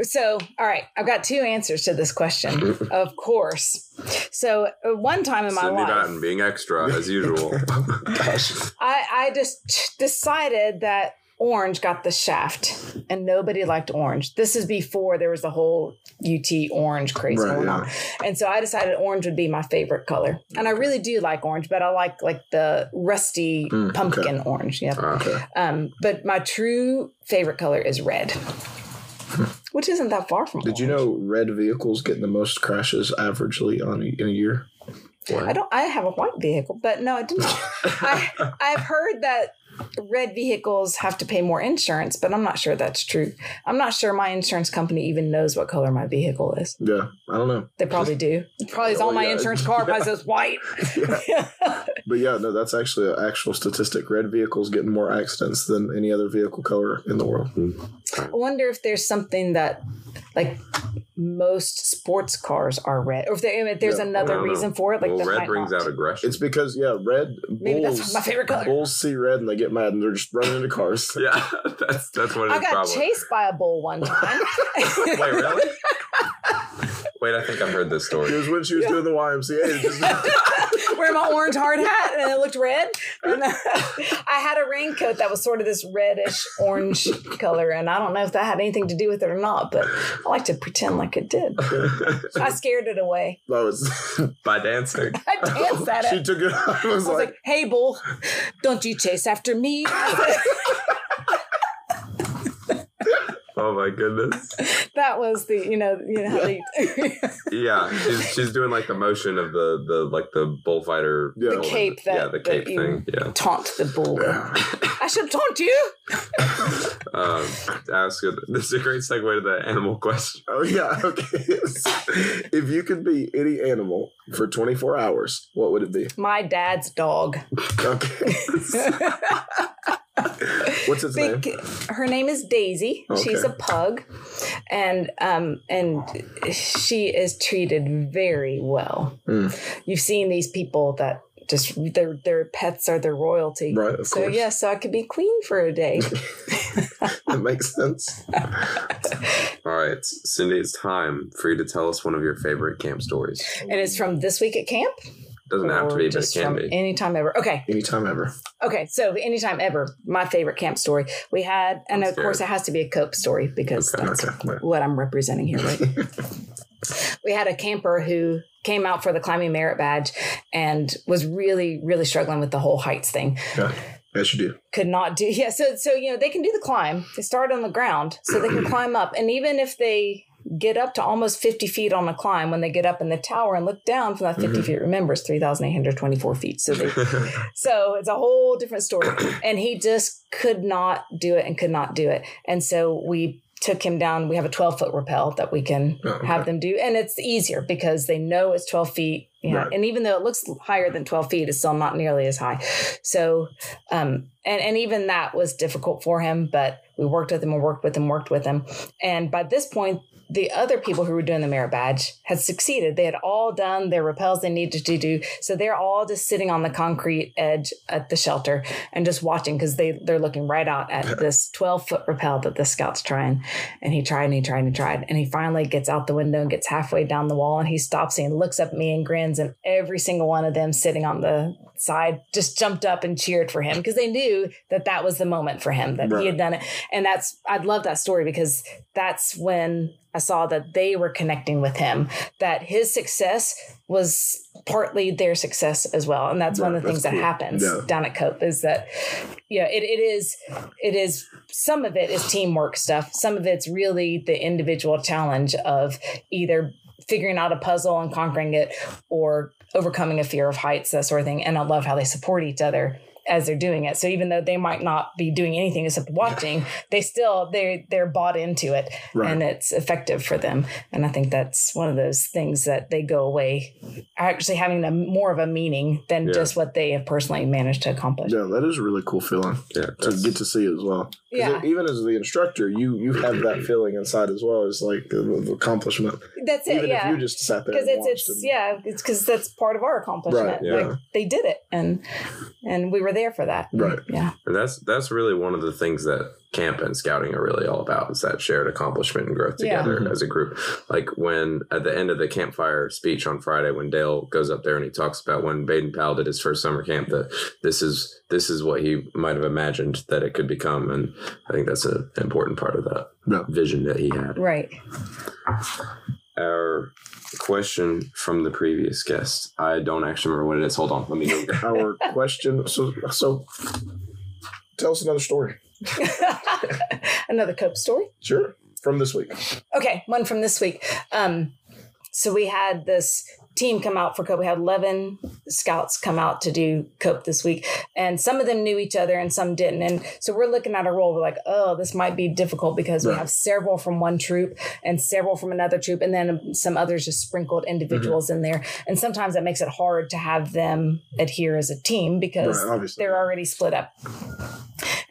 [SPEAKER 3] So, all right, I've got two answers to this
[SPEAKER 1] (laughs)
[SPEAKER 3] question. of course. So, uh, one time in my
[SPEAKER 1] Cindy
[SPEAKER 3] life,
[SPEAKER 1] Batten being extra as (laughs) usual.
[SPEAKER 2] Gosh,
[SPEAKER 3] I, I just decided that orange got the shaft and nobody liked orange. This is before there was the whole UT orange craze
[SPEAKER 2] Right,
[SPEAKER 3] going
[SPEAKER 2] yeah.
[SPEAKER 3] on. And so I decided orange would be my favorite color. And I really do like orange, but I like like the rusty
[SPEAKER 2] Mm, okay.
[SPEAKER 3] pumpkin orange. Yeah.
[SPEAKER 1] (laughs) Ah,
[SPEAKER 3] Um, but my true favorite color is red.
[SPEAKER 2] Hmm.
[SPEAKER 3] Which isn't that far from
[SPEAKER 2] did you
[SPEAKER 3] orange.
[SPEAKER 2] know red vehicles get the most crashes averagely on a, in a year?
[SPEAKER 3] I don't I have a white vehicle, but no, I
[SPEAKER 1] (laughs)
[SPEAKER 3] didn't. I I've heard that red vehicles have to pay more insurance, but I'm not sure that's true. I'm not sure my insurance company even knows what color my vehicle is.
[SPEAKER 2] Yeah, I don't know.
[SPEAKER 3] They probably do. Probably
[SPEAKER 1] Oh,
[SPEAKER 3] is all my
[SPEAKER 2] Yeah.
[SPEAKER 3] insurance
[SPEAKER 1] (laughs)
[SPEAKER 3] car probably says white. (laughs)
[SPEAKER 2] But yeah, no, that's actually an actual statistic. Red vehicles get in more accidents than any other vehicle color in the world.
[SPEAKER 3] I wonder if there's something that like most sports cars are red, or if, there, if there's
[SPEAKER 2] Yeah.
[SPEAKER 1] I
[SPEAKER 3] another
[SPEAKER 1] don't know.
[SPEAKER 3] reason for it. Like
[SPEAKER 1] well,
[SPEAKER 3] there
[SPEAKER 1] red
[SPEAKER 3] might
[SPEAKER 1] brings
[SPEAKER 3] not.
[SPEAKER 1] out aggression.
[SPEAKER 2] It's because yeah, red
[SPEAKER 3] Maybe that's
[SPEAKER 2] bulls.
[SPEAKER 3] my favorite color.
[SPEAKER 2] Bulls see red and they get mad and they're just running into cars.
[SPEAKER 1] (laughs) yeah, that's that's what it
[SPEAKER 3] I
[SPEAKER 1] is.
[SPEAKER 3] got
[SPEAKER 1] Probably.
[SPEAKER 3] chased by a bull one time.
[SPEAKER 1] (laughs)
[SPEAKER 3] (laughs)
[SPEAKER 1] Wait, really? Wait, I think I've heard this
[SPEAKER 2] It
[SPEAKER 3] (laughs)
[SPEAKER 1] story.
[SPEAKER 2] was when she was doing the YMCA. Just,
[SPEAKER 3] wearing my orange hard hat and it looked red. And uh, (laughs) I had a raincoat that was sort of this reddish orange color, and I don't know if that had anything to do with it or not, but I like to pretend like it did. I scared it away.
[SPEAKER 2] that was, (laughs)
[SPEAKER 1] By dancing.
[SPEAKER 3] I danced at
[SPEAKER 2] Oh, she
[SPEAKER 3] it.
[SPEAKER 2] took it. (laughs) I was,
[SPEAKER 3] I was like, "Hey, bull, don't you chase after me?"
[SPEAKER 1] Oh my goodness.
[SPEAKER 3] (laughs) That was the you know you know how they (laughs)
[SPEAKER 1] Yeah, she's she's doing like the motion of the the like the bullfighter.
[SPEAKER 2] Yeah. The
[SPEAKER 3] cape
[SPEAKER 1] yeah,
[SPEAKER 3] that-
[SPEAKER 1] the
[SPEAKER 3] that
[SPEAKER 1] cape
[SPEAKER 3] you-
[SPEAKER 1] thing. Yeah.
[SPEAKER 3] taunt the bull.
[SPEAKER 2] Yeah.
[SPEAKER 3] I should taunt you.
[SPEAKER 1] Um, that's good. This is a great segue to the animal question.
[SPEAKER 2] (laughs) Oh yeah. Okay. (laughs) if you could be any animal for 24 hours, what would it be?
[SPEAKER 3] My dad's dog. (laughs)
[SPEAKER 2] Okay. What's its name?
[SPEAKER 3] Big- her name is Daisy.
[SPEAKER 2] Okay.
[SPEAKER 3] She's a pug, and um, and she is treated very well.
[SPEAKER 2] Hmm.
[SPEAKER 3] You've seen these people that just their their pets are their royalty.
[SPEAKER 2] Right. Of
[SPEAKER 3] So
[SPEAKER 2] course.
[SPEAKER 3] yeah, so I could be queen for
[SPEAKER 1] (laughs)
[SPEAKER 3] a day.
[SPEAKER 2] That makes sense.
[SPEAKER 1] All right, Cindy, it's time for you to tell us one of your favorite camp stories.
[SPEAKER 3] and it's from this week at camp.
[SPEAKER 1] Doesn't have to
[SPEAKER 3] or
[SPEAKER 1] be, but it
[SPEAKER 3] Oh, just
[SPEAKER 1] can
[SPEAKER 3] from
[SPEAKER 1] be.
[SPEAKER 3] any time ever. Okay,
[SPEAKER 2] Anytime ever.
[SPEAKER 3] okay. So anytime ever, my favorite camp story we had, and
[SPEAKER 1] I'm
[SPEAKER 3] of course it
[SPEAKER 1] scared.
[SPEAKER 3] has to be a Cope story because
[SPEAKER 1] Okay,
[SPEAKER 3] that's
[SPEAKER 2] Okay. Wait.
[SPEAKER 3] what I'm representing here,
[SPEAKER 1] (laughs)
[SPEAKER 3] right? we had a camper who came out for the climbing merit badge and was really, really struggling with the whole heights thing.
[SPEAKER 2] Yeah. As you do.
[SPEAKER 3] Could not do (laughs) yeah. So so you know they can do the climb. They start on the ground, so they can climb up, and even if they get up to almost 50 feet on a climb when they get up in the tower and look down from that 50
[SPEAKER 1] Mm-hmm.
[SPEAKER 3] feet remember it's 3824 feet so they
[SPEAKER 2] (laughs)
[SPEAKER 3] so it's a whole different
[SPEAKER 2] (clears throat)
[SPEAKER 3] story. And he just could not do it and could not do it. And so we took him down. We have a 12 foot rappel that we can
[SPEAKER 2] Oh, okay.
[SPEAKER 3] have them do. And it's easier because they know it's 12 feet. You know,
[SPEAKER 2] Right.
[SPEAKER 3] And even though it looks higher than 12 feet, it's still not nearly as high. So, um, and, and even that was difficult for him, but we worked with him and worked with him, worked with him. And by this point, the other people who were doing the merit badge had succeeded. They had all done their repels they needed to do. So they're all just sitting on the concrete edge at the shelter and just watching because they, they're looking right out at this 12 foot rappel that the scout's trying. And he tried and he tried and he tried. And he finally gets out the window and gets halfway down the wall and he stops and looks up at me and grins. And every single one of them sitting on the side just jumped up and cheered for him because they knew that that was the moment for him, that he had done it. And that's, I love that story because that's when I saw that they were connecting with him, that his success was partly their success as well. And that's one of the
[SPEAKER 2] Right,
[SPEAKER 3] things
[SPEAKER 2] that's
[SPEAKER 3] that
[SPEAKER 2] cool.
[SPEAKER 3] happens
[SPEAKER 2] Yeah.
[SPEAKER 3] down at Cope is that, you know, it, it is, it is, some of it is teamwork stuff. Some of it's really the individual challenge of either figuring out a puzzle and conquering it or overcoming a fear of heights, that sort of thing. And I love how they support each other as they're doing it. So even though they might not be doing anything except watching, they still they they're bought into it
[SPEAKER 2] Right.
[SPEAKER 3] and it's effective for them. And I think that's one of those things that they go away actually having a more of a meaning than
[SPEAKER 1] Yeah.
[SPEAKER 3] just what they have personally managed to accomplish.
[SPEAKER 2] Yeah, that is a really cool feeling
[SPEAKER 1] yeah,
[SPEAKER 2] to
[SPEAKER 1] that's-
[SPEAKER 2] get to see as well. 'Cause
[SPEAKER 3] Yeah.
[SPEAKER 2] it- even as the instructor, you you have that feeling inside as well. It's like the accomplishment.
[SPEAKER 3] That's it.
[SPEAKER 2] Even
[SPEAKER 3] yeah.
[SPEAKER 2] if you just sat there
[SPEAKER 3] because
[SPEAKER 2] and
[SPEAKER 3] it's
[SPEAKER 2] watched
[SPEAKER 3] it's
[SPEAKER 2] and-
[SPEAKER 3] yeah it's because that's part of our accomplishment
[SPEAKER 2] Right,
[SPEAKER 1] yeah.
[SPEAKER 3] like they did it and and we were there for that
[SPEAKER 2] Right.
[SPEAKER 3] yeah
[SPEAKER 1] And that's that's really one of the things that camp and scouting are really all about is that shared accomplishment and growth
[SPEAKER 3] Yeah.
[SPEAKER 1] together
[SPEAKER 2] Mhm.
[SPEAKER 1] as a group. Like when at the end of the campfire speech on Friday, when Dale goes up there and he talks about when Baden Powell did his first summer camp, that this is this is what he might have imagined that it could become, and I think that's an important part of that
[SPEAKER 2] Yeah.
[SPEAKER 1] vision that he had.
[SPEAKER 3] right (laughs)
[SPEAKER 1] Our question from the previous guest, I don't actually remember what it is. Hold on, let me go. get-
[SPEAKER 3] (laughs)
[SPEAKER 2] Our question. So so, tell us another story.
[SPEAKER 3] another cope story
[SPEAKER 2] Sure. From this week.
[SPEAKER 3] okay one from this week um so we had this team come out for cope we had 11 scouts come out to do cope this week and some of them knew each other and some didn't and so we're looking at a role we're like oh this might be difficult because we
[SPEAKER 2] Right.
[SPEAKER 3] have several from one troop and several from another troop and then some others just sprinkled
[SPEAKER 2] Mm-hmm.
[SPEAKER 3] individuals in there and sometimes that makes it hard to have them adhere as a team because
[SPEAKER 2] Right, obviously.
[SPEAKER 3] they're already split up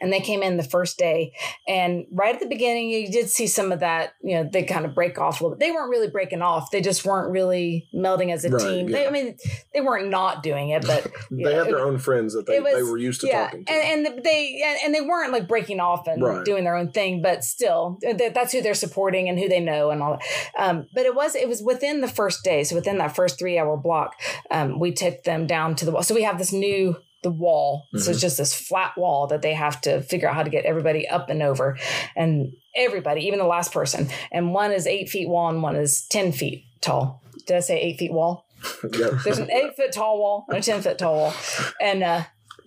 [SPEAKER 3] and they came in the first day and right at the beginning you did see some of that you know they kind of break off a little bit they weren't really breaking off they just weren't really melding as a
[SPEAKER 2] Right,
[SPEAKER 3] team they,
[SPEAKER 2] yeah.
[SPEAKER 3] i mean they weren't not doing it but
[SPEAKER 2] They
[SPEAKER 3] yeah,
[SPEAKER 2] had their own friends that they,
[SPEAKER 3] it was-
[SPEAKER 2] they were used to
[SPEAKER 3] yeah
[SPEAKER 2] talking to.
[SPEAKER 3] and, and they and, and they weren't like breaking off and
[SPEAKER 2] Right.
[SPEAKER 3] doing their own thing but still that, that's who they're supporting and who they know and all that um, but it was it was within the first day so within that first three hour block um, we took them down to the wall so we have this new the wall so
[SPEAKER 2] Mm-hmm.
[SPEAKER 3] it's just this flat wall that they have to figure out how to get everybody up and over and everybody even the last person and one is eight feet wall and one is ten feet tall did i say eight feet wall
[SPEAKER 2] Yep.
[SPEAKER 3] there's an eight foot tall wall and a ten foot tall wall, and uh,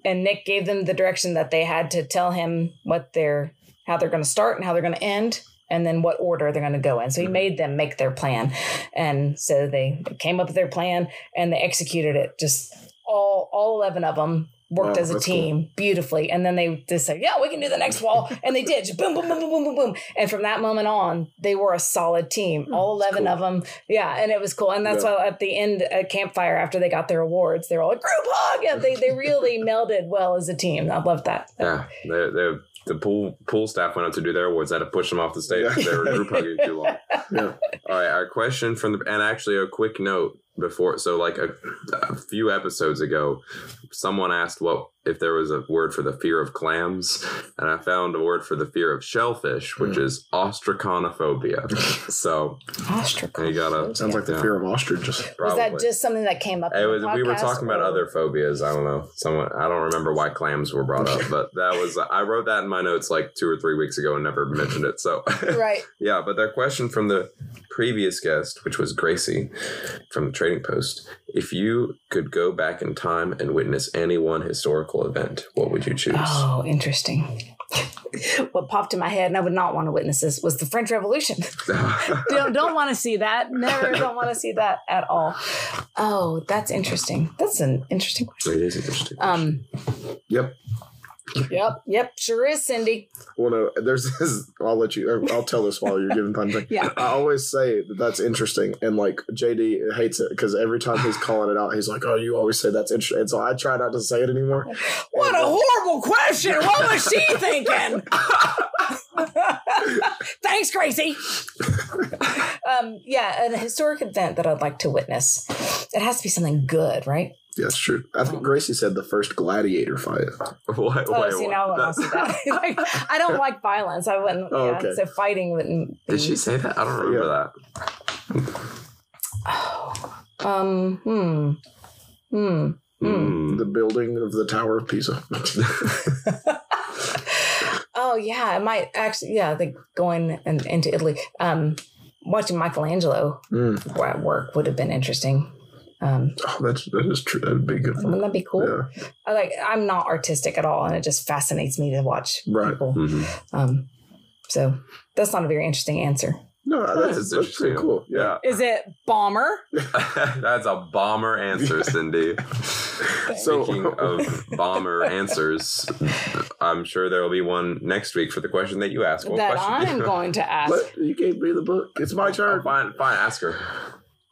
[SPEAKER 3] and Nick gave them the direction that they had to tell him what they're how they're going to start and how they're going to end, and then what order they're going to go in.
[SPEAKER 2] Mm-hmm.
[SPEAKER 3] So he made them make their plan. And so they came up with their plan and they executed it. Just all all 11 of them worked
[SPEAKER 2] Wow,
[SPEAKER 3] as a
[SPEAKER 2] Oh, that's cool.
[SPEAKER 3] team beautifully. And then they just said, yeah, we can do the next wall. And they did. Just boom, boom, boom, boom, boom, boom, boom. And from that moment on, they were a solid team. all
[SPEAKER 2] Hmm,
[SPEAKER 3] 11
[SPEAKER 2] cool.
[SPEAKER 3] of them. Yeah. And it was cool. And that's
[SPEAKER 2] Yeah.
[SPEAKER 3] why at the end at campfire, after they got their awards, they were all like, group hug. Yeah, they, they (laughs) really melded well as a team. I love that.
[SPEAKER 1] Yeah, they, they, the pool pool staff went up to do their awards. I had to push them off the stage.
[SPEAKER 2] Yeah.
[SPEAKER 1] They were group hugging too long.
[SPEAKER 2] (laughs) Yeah.
[SPEAKER 1] All right, our question from the and actually a quick note before. So like a, a few episodes ago, someone asked what if there was a word for the fear of clams, and I found a word for the fear of shellfish, which
[SPEAKER 2] Hmm.
[SPEAKER 1] is ostraconophobia. so
[SPEAKER 3] Ostrich.
[SPEAKER 1] they got a.
[SPEAKER 2] Sounds like the
[SPEAKER 1] Yeah.
[SPEAKER 2] fear of ostriches.
[SPEAKER 3] Was
[SPEAKER 1] probably-
[SPEAKER 3] that just something that came up? in
[SPEAKER 1] It
[SPEAKER 3] the
[SPEAKER 1] was, we were
[SPEAKER 3] podcast,
[SPEAKER 1] talking about
[SPEAKER 3] or-
[SPEAKER 1] other phobias. I don't know. Someone I don't remember why clams were brought up, but that was I wrote that in my notes like two or three weeks ago and never mentioned it. So (laughs)
[SPEAKER 3] Right.
[SPEAKER 1] yeah, but their question from the previous guest, which was Gracie from the Trading Post, if you could go back in time and witness any one historical event, what would you choose?
[SPEAKER 3] (laughs)
[SPEAKER 1] (laughs)
[SPEAKER 3] Oh, interesting. (laughs) what popped in my head, and I would not want to witness this, was the French Revolution. (laughs) don't don't want to see that. (laughs) Never don't want to see that at all. Oh, that's interesting. That's an interesting question.
[SPEAKER 1] it is interesting.
[SPEAKER 3] Um.
[SPEAKER 2] Yep.
[SPEAKER 3] Yep. Yep. Sure is, Cindy.
[SPEAKER 2] Well, no, there's this. I'll let you. Or I'll tell this while you're giving time. to-
[SPEAKER 3] Yeah.
[SPEAKER 2] I always say that that's interesting, and like JD hates it because every time he's calling it out, he's like, "Oh, you always say that's interesting." And so I try not to say it anymore.
[SPEAKER 3] What a horrible question. What was she thinking? (laughs) Thanks, Gracie. um, yeah, an historic event that I'd like to witness. It has to be something good, right?
[SPEAKER 2] Yeah, it's true. I think Gracie said the first gladiator fight.
[SPEAKER 1] what,
[SPEAKER 3] Oh,
[SPEAKER 1] wait,
[SPEAKER 3] see,
[SPEAKER 1] what?
[SPEAKER 3] now I would not see that. (laughs) like, I don't like violence. I wouldn't.
[SPEAKER 2] Oh,
[SPEAKER 3] yeah,
[SPEAKER 2] okay.
[SPEAKER 3] So fighting wouldn't. Be,
[SPEAKER 1] Did she say that? I don't remember
[SPEAKER 2] Yeah.
[SPEAKER 1] that.
[SPEAKER 3] Um. Hmm. Hmm. Hmm.
[SPEAKER 1] Mm.
[SPEAKER 2] The building of the Tower of Pisa.
[SPEAKER 3] Oh yeah, it might actually. Yeah, I think going and into Italy, um, watching Michelangelo
[SPEAKER 2] Mm.
[SPEAKER 3] at work would have been interesting. Um,
[SPEAKER 2] Oh, that's that is true. That'd be a good. One.
[SPEAKER 3] wouldn't that be cool?
[SPEAKER 2] Yeah,
[SPEAKER 3] I like I'm not artistic at all, and it just fascinates me to watch
[SPEAKER 2] right. Mm.
[SPEAKER 3] people.
[SPEAKER 1] Mhm.
[SPEAKER 3] Um, so that's not a very interesting answer.
[SPEAKER 2] No, that's,
[SPEAKER 1] is
[SPEAKER 2] that's, pretty
[SPEAKER 1] interesting.
[SPEAKER 2] cool. Yeah,
[SPEAKER 3] Is it bomber?
[SPEAKER 1] (laughs) That's a bomber answer, Cindy.
[SPEAKER 2] (laughs) So-
[SPEAKER 1] Speaking of bomber answers, I'm sure there will be one next week for the question that you asked. What
[SPEAKER 3] that
[SPEAKER 1] question
[SPEAKER 3] I'm
[SPEAKER 2] (laughs)
[SPEAKER 3] going to ask.
[SPEAKER 2] but you gave me the book. It's
[SPEAKER 1] (laughs)
[SPEAKER 2] my
[SPEAKER 1] Oh,
[SPEAKER 3] (laughs)
[SPEAKER 2] turn.
[SPEAKER 1] fine, fine. Ask her.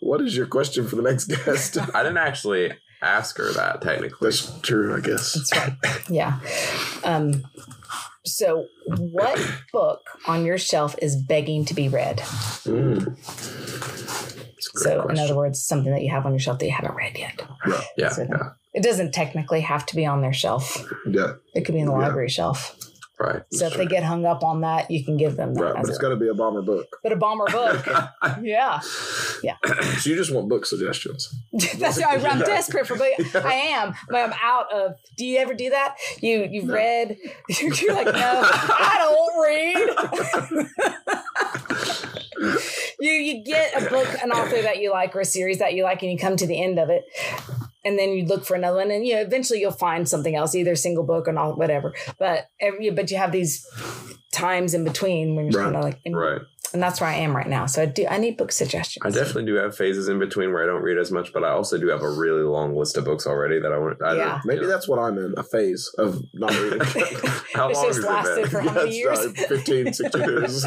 [SPEAKER 2] What is your question for the next (laughs) guest?
[SPEAKER 1] I didn't actually ask her that technically.
[SPEAKER 2] that's true, I guess.
[SPEAKER 3] That's right. Yeah. Um, so,
[SPEAKER 2] (coughs)
[SPEAKER 3] what book on your shelf is begging to be read?
[SPEAKER 2] Mm.
[SPEAKER 1] It's a great
[SPEAKER 3] So, in
[SPEAKER 1] question.
[SPEAKER 3] other words, something that you have on your shelf that you haven't read yet.
[SPEAKER 1] yeah,
[SPEAKER 3] so-
[SPEAKER 1] yeah,
[SPEAKER 3] It doesn't technically have to be on their shelf.
[SPEAKER 2] Yeah,
[SPEAKER 3] It could be in the
[SPEAKER 2] Yeah.
[SPEAKER 3] library shelf.
[SPEAKER 1] right.
[SPEAKER 3] So if they get hung up on that, you can give them that.
[SPEAKER 2] right. But
[SPEAKER 3] as
[SPEAKER 2] it's
[SPEAKER 3] well.
[SPEAKER 2] got to be a bomber book.
[SPEAKER 3] But a bomber
[SPEAKER 2] (laughs)
[SPEAKER 3] book, yeah,
[SPEAKER 2] So you just want book suggestions.
[SPEAKER 3] (laughs) that's
[SPEAKER 1] (laughs)
[SPEAKER 3] right. I'm desperate for book. I am, but I'm out of. Do you ever do that? You you've
[SPEAKER 2] No.
[SPEAKER 3] read? (laughs) You're like, no, I don't read. (laughs) you you get a book, an author that you like, or a series that you like, and you come to the end of it, and then you look for another one, and you know eventually you'll find something else, either single book or not, whatever. But every, but you have these times in between when you're
[SPEAKER 2] Right.
[SPEAKER 3] kind of like, and,
[SPEAKER 1] Right.
[SPEAKER 3] and that's where I am right now. So I do I need book suggestions.
[SPEAKER 1] I definitely do have phases in between where I don't read as much, but I also do have a really long list of books already that I want. I
[SPEAKER 3] Yeah.
[SPEAKER 2] Maybe that's what I'm in a phase of not
[SPEAKER 1] (laughs)
[SPEAKER 2] reading. (laughs)
[SPEAKER 1] How
[SPEAKER 3] It's
[SPEAKER 1] long
[SPEAKER 3] just
[SPEAKER 1] has it
[SPEAKER 3] lasted
[SPEAKER 1] been?
[SPEAKER 3] for
[SPEAKER 1] (laughs)
[SPEAKER 3] how many years?
[SPEAKER 2] That's, uh, 15, 16 years.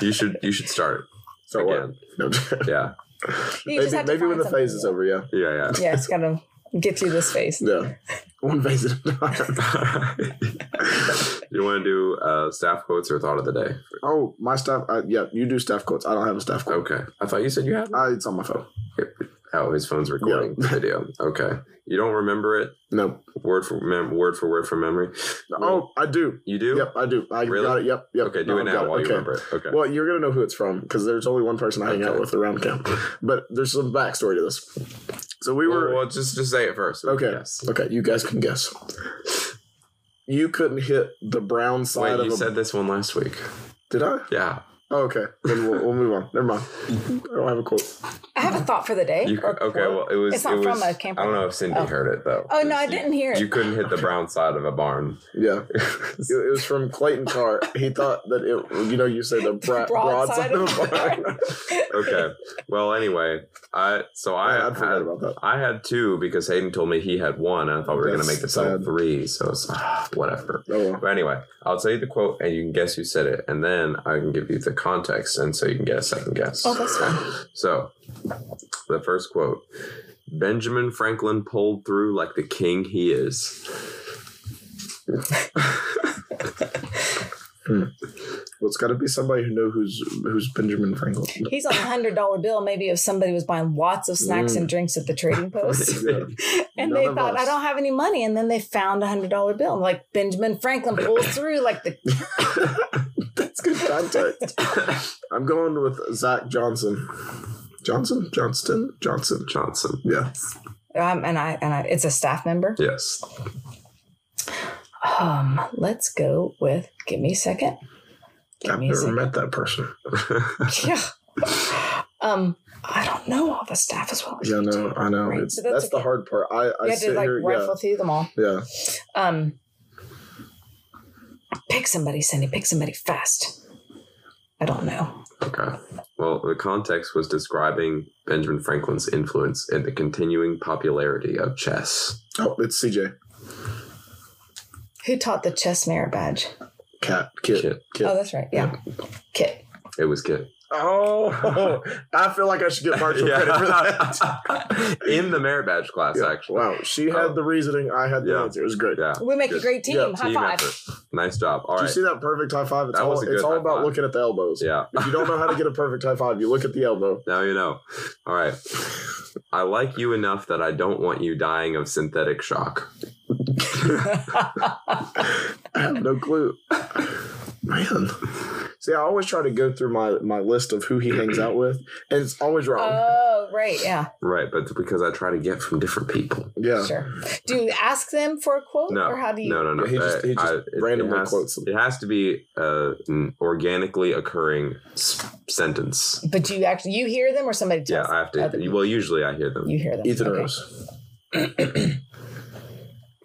[SPEAKER 1] You should you should start
[SPEAKER 2] So what?
[SPEAKER 1] again.
[SPEAKER 2] (laughs)
[SPEAKER 1] Yeah,
[SPEAKER 3] You
[SPEAKER 2] maybe
[SPEAKER 3] just have to
[SPEAKER 2] maybe when
[SPEAKER 3] find
[SPEAKER 2] the
[SPEAKER 3] something
[SPEAKER 2] phase is
[SPEAKER 3] new.
[SPEAKER 2] over, yeah.
[SPEAKER 1] yeah, yeah.
[SPEAKER 3] Yeah, it's kind of get through this phase.
[SPEAKER 2] Yeah. (laughs) One phase at a time.
[SPEAKER 1] you want to do uh, staff quotes or thought of the day?
[SPEAKER 2] Oh, my staff. Uh, yeah, you do staff quotes. I don't have a staff quote.
[SPEAKER 1] Okay. I thought you said you had.
[SPEAKER 2] Uh, it's on my phone.
[SPEAKER 1] Oh, his phone's recording the video. Okay. You don't remember it
[SPEAKER 2] No.
[SPEAKER 1] word for mem- word for word from memory.
[SPEAKER 2] Oh, I do.
[SPEAKER 1] You do?
[SPEAKER 2] Yep, I do. I
[SPEAKER 1] Really?
[SPEAKER 2] got it. Yep, yep.
[SPEAKER 1] Okay, do
[SPEAKER 2] No,
[SPEAKER 1] it
[SPEAKER 2] I've
[SPEAKER 1] now
[SPEAKER 2] got
[SPEAKER 1] while you
[SPEAKER 2] Okay.
[SPEAKER 1] remember it. Okay.
[SPEAKER 2] Well, you're gonna know who it's from because there's only one person I hang out
[SPEAKER 1] Okay.
[SPEAKER 2] with around camp. But there's some backstory to this. So we
[SPEAKER 1] Well,
[SPEAKER 2] were
[SPEAKER 1] well, just just say it first.
[SPEAKER 2] Okay.
[SPEAKER 1] Yes.
[SPEAKER 2] okay. You guys can guess. You couldn't hit the brown side
[SPEAKER 1] Wait,
[SPEAKER 2] of
[SPEAKER 1] you
[SPEAKER 2] a.
[SPEAKER 1] said this one last week.
[SPEAKER 2] did I?
[SPEAKER 1] Yeah.
[SPEAKER 2] Oh, okay. Then we'll, we'll move on. Never mind. I don't have a quote.
[SPEAKER 3] I have a thought for the day.
[SPEAKER 1] You
[SPEAKER 3] or
[SPEAKER 1] could, okay,
[SPEAKER 3] quote.
[SPEAKER 1] well, it was.
[SPEAKER 3] It's not
[SPEAKER 1] it
[SPEAKER 3] from
[SPEAKER 1] was-
[SPEAKER 3] a camper.
[SPEAKER 1] I don't know if Cindy
[SPEAKER 3] Oh.
[SPEAKER 1] heard it though.
[SPEAKER 3] Oh, no, I
[SPEAKER 1] You-
[SPEAKER 3] didn't hear it.
[SPEAKER 1] You couldn't hit the
[SPEAKER 3] (laughs)
[SPEAKER 1] brown side of a barn. (laughs)
[SPEAKER 2] Yeah, it, it was from Clayton Carr. He thought that it, you know, you
[SPEAKER 3] (laughs)
[SPEAKER 2] say the bra- broadside of the barn.
[SPEAKER 1] okay. Well, anyway, I so I
[SPEAKER 2] (laughs) I, I forgot
[SPEAKER 1] had
[SPEAKER 2] about that.
[SPEAKER 1] I had two because Hayden told me he had one, and I thought we were going to make
[SPEAKER 2] That's
[SPEAKER 1] the total
[SPEAKER 2] sad.
[SPEAKER 1] three. So it's ah, whatever.
[SPEAKER 2] Oh, well.
[SPEAKER 1] But anyway, I'll tell you the quote, and you can guess who said it, and then I can give you the context, and so you can guess. I can guess.
[SPEAKER 3] Oh, that's fine.
[SPEAKER 1] So, the first quote: Benjamin Franklin pulled through like the king he is.
[SPEAKER 2] well, it's got to be somebody who know who's who's Benjamin Franklin.
[SPEAKER 3] He's on a hundred dollar bill. Maybe if somebody was buying lots of snacks
[SPEAKER 2] Mm.
[SPEAKER 3] and drinks at
[SPEAKER 2] (laughs)
[SPEAKER 3] the trading post,
[SPEAKER 2] Yeah.
[SPEAKER 3] and
[SPEAKER 2] None
[SPEAKER 3] they
[SPEAKER 2] of
[SPEAKER 3] thought,
[SPEAKER 2] us.
[SPEAKER 3] "I don't have any money," and then they found a hundred dollar bill, and like Benjamin Franklin pulled through, like the (laughs)
[SPEAKER 2] That's good context. I'm going with Zach Johnson. Johnson? Johnston? Johnson.
[SPEAKER 1] Johnson.
[SPEAKER 2] Yeah.
[SPEAKER 3] um, and I and I, it's a staff member.
[SPEAKER 1] Yes.
[SPEAKER 3] Um, let's go with. Give me a second. (laughs) Give
[SPEAKER 2] I've
[SPEAKER 3] me a
[SPEAKER 2] never
[SPEAKER 3] second.
[SPEAKER 2] met that person.
[SPEAKER 3] Yeah. Um, I don't know all the staff as well. As
[SPEAKER 2] Yeah,
[SPEAKER 3] you do.
[SPEAKER 2] no, I know.
[SPEAKER 3] Right,
[SPEAKER 2] It's,
[SPEAKER 3] so
[SPEAKER 2] that's
[SPEAKER 3] that's
[SPEAKER 2] the
[SPEAKER 3] okay.
[SPEAKER 2] hard part. I, I
[SPEAKER 3] You had
[SPEAKER 2] sit
[SPEAKER 3] to like
[SPEAKER 2] here.
[SPEAKER 3] rifle through them all.
[SPEAKER 2] Yeah. Yeah.
[SPEAKER 3] Um, pick somebody, Cindy. Pick somebody fast. I don't know.
[SPEAKER 1] Okay. Well, the context was describing Benjamin Franklin's influence in the continuing popularity of chess.
[SPEAKER 2] Oh, it's CJ.
[SPEAKER 3] Who taught the chess merit badge?
[SPEAKER 2] Cat. Kit.
[SPEAKER 1] Kit.
[SPEAKER 2] Kit.
[SPEAKER 3] Oh, that's right. Yeah. Kit.
[SPEAKER 1] It was Kit.
[SPEAKER 2] Oh, (laughs) I feel like I should
[SPEAKER 1] (laughs)
[SPEAKER 2] get partial credit for that.
[SPEAKER 1] in the merit badge class,
[SPEAKER 2] Yeah.
[SPEAKER 1] actually.
[SPEAKER 2] Wow, she had
[SPEAKER 1] Oh.
[SPEAKER 2] the reasoning. I had the
[SPEAKER 1] Yeah.
[SPEAKER 2] answer. It was great.
[SPEAKER 1] Yeah.
[SPEAKER 3] We make a
[SPEAKER 1] Good.
[SPEAKER 3] great team.
[SPEAKER 2] Yeah,
[SPEAKER 3] High
[SPEAKER 1] Team
[SPEAKER 3] five.
[SPEAKER 1] effort. Nice job. All
[SPEAKER 2] Did you
[SPEAKER 1] right.
[SPEAKER 2] see that perfect high five? It's
[SPEAKER 1] That
[SPEAKER 2] all,
[SPEAKER 1] was a good
[SPEAKER 2] it's all
[SPEAKER 1] high
[SPEAKER 2] about
[SPEAKER 1] five.
[SPEAKER 2] looking at the elbows.
[SPEAKER 1] Yeah.
[SPEAKER 2] If you don't know how to get a perfect high five, you look at
[SPEAKER 1] (laughs)
[SPEAKER 2] the elbow.
[SPEAKER 1] Now you know. All right. I like you enough that I don't want you dying of synthetic shock.
[SPEAKER 3] (laughs)
[SPEAKER 2] I have no clue. Man. See, I always try to go through my, my list of who he hangs out with, and it's always wrong.
[SPEAKER 3] Oh, right. Yeah.
[SPEAKER 1] Right, but because I try to get from different people.
[SPEAKER 2] yeah.
[SPEAKER 3] Sure. Do you ask them for a quote
[SPEAKER 1] No,
[SPEAKER 3] or how do you?
[SPEAKER 1] no, no, no.
[SPEAKER 2] Yeah, he just- he just
[SPEAKER 1] it- it
[SPEAKER 2] randomly
[SPEAKER 1] has-
[SPEAKER 2] quotes them.
[SPEAKER 1] It has to be uh, an organically occurring s- sentence.
[SPEAKER 3] But you actually you hear them or somebody
[SPEAKER 1] Yeah,
[SPEAKER 3] tells
[SPEAKER 1] I have to.
[SPEAKER 3] other people?
[SPEAKER 1] well, usually I hear them.
[SPEAKER 3] you hear them.
[SPEAKER 2] Ethan
[SPEAKER 3] Okay.
[SPEAKER 2] Rose. (clears throat)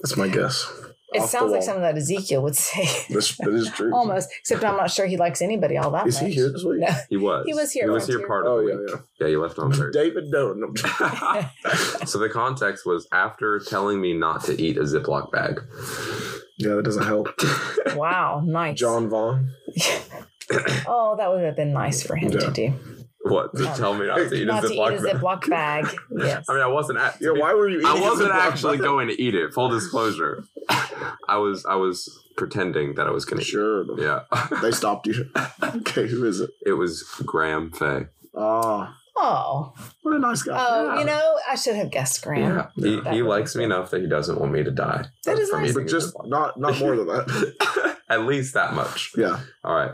[SPEAKER 2] That's my guess.
[SPEAKER 3] It
[SPEAKER 2] Off the
[SPEAKER 3] sounds like
[SPEAKER 2] wall.
[SPEAKER 3] something that Ezekiel would say. (laughs)
[SPEAKER 2] That's, that is true.
[SPEAKER 3] Almost, except I'm not sure he likes anybody all that
[SPEAKER 2] Is
[SPEAKER 3] much.
[SPEAKER 2] he here this week?
[SPEAKER 3] No.
[SPEAKER 1] He was.
[SPEAKER 3] He was here
[SPEAKER 1] He was
[SPEAKER 3] last
[SPEAKER 1] here
[SPEAKER 3] year.
[SPEAKER 1] part of
[SPEAKER 2] Oh,
[SPEAKER 1] the
[SPEAKER 2] yeah,
[SPEAKER 1] week.
[SPEAKER 2] yeah.
[SPEAKER 1] Yeah, you left on Thursday.
[SPEAKER 2] David Doan.
[SPEAKER 1] (laughs)
[SPEAKER 2] I'm-
[SPEAKER 1] so the context was after telling me not to eat a Ziploc bag.
[SPEAKER 2] (laughs) yeah, that doesn't help.
[SPEAKER 3] Wow, nice.
[SPEAKER 2] John Vaughn.
[SPEAKER 3] Oh, that would have been nice for him to
[SPEAKER 2] Yeah.
[SPEAKER 3] do.
[SPEAKER 1] What? To tell me not to eat
[SPEAKER 3] Not
[SPEAKER 1] a
[SPEAKER 3] to eat a
[SPEAKER 1] Ziploc bag. (laughs)
[SPEAKER 3] Ziploc bag. Yes.
[SPEAKER 1] I mean, I wasn't at.
[SPEAKER 2] Yeah, why were you eating
[SPEAKER 1] I
[SPEAKER 2] a
[SPEAKER 1] wasn't
[SPEAKER 2] Ziploc
[SPEAKER 1] actually
[SPEAKER 2] bag?
[SPEAKER 1] going to eat it. Full disclosure, (laughs) I was. I was pretending that I was going to.
[SPEAKER 2] Sure.
[SPEAKER 1] Eat it. Yeah, (laughs)
[SPEAKER 2] They stopped you. (laughs) Okay, who is it?
[SPEAKER 1] it was Graham Fay.
[SPEAKER 2] Ah,
[SPEAKER 3] Oh,
[SPEAKER 2] what a nice guy.
[SPEAKER 3] oh,
[SPEAKER 1] Yeah.
[SPEAKER 3] you know, I should have guessed Graham.
[SPEAKER 1] Yeah, he,
[SPEAKER 3] That
[SPEAKER 1] he
[SPEAKER 3] would
[SPEAKER 1] likes
[SPEAKER 3] be
[SPEAKER 1] me
[SPEAKER 3] good.
[SPEAKER 1] enough that he doesn't want me to die.
[SPEAKER 3] That is
[SPEAKER 1] from
[SPEAKER 3] nice.
[SPEAKER 1] eating
[SPEAKER 2] But
[SPEAKER 1] a
[SPEAKER 2] just
[SPEAKER 1] Ziploc.
[SPEAKER 2] not not more than that. (laughs)
[SPEAKER 1] (laughs) at least that much.
[SPEAKER 2] Yeah.
[SPEAKER 1] All right.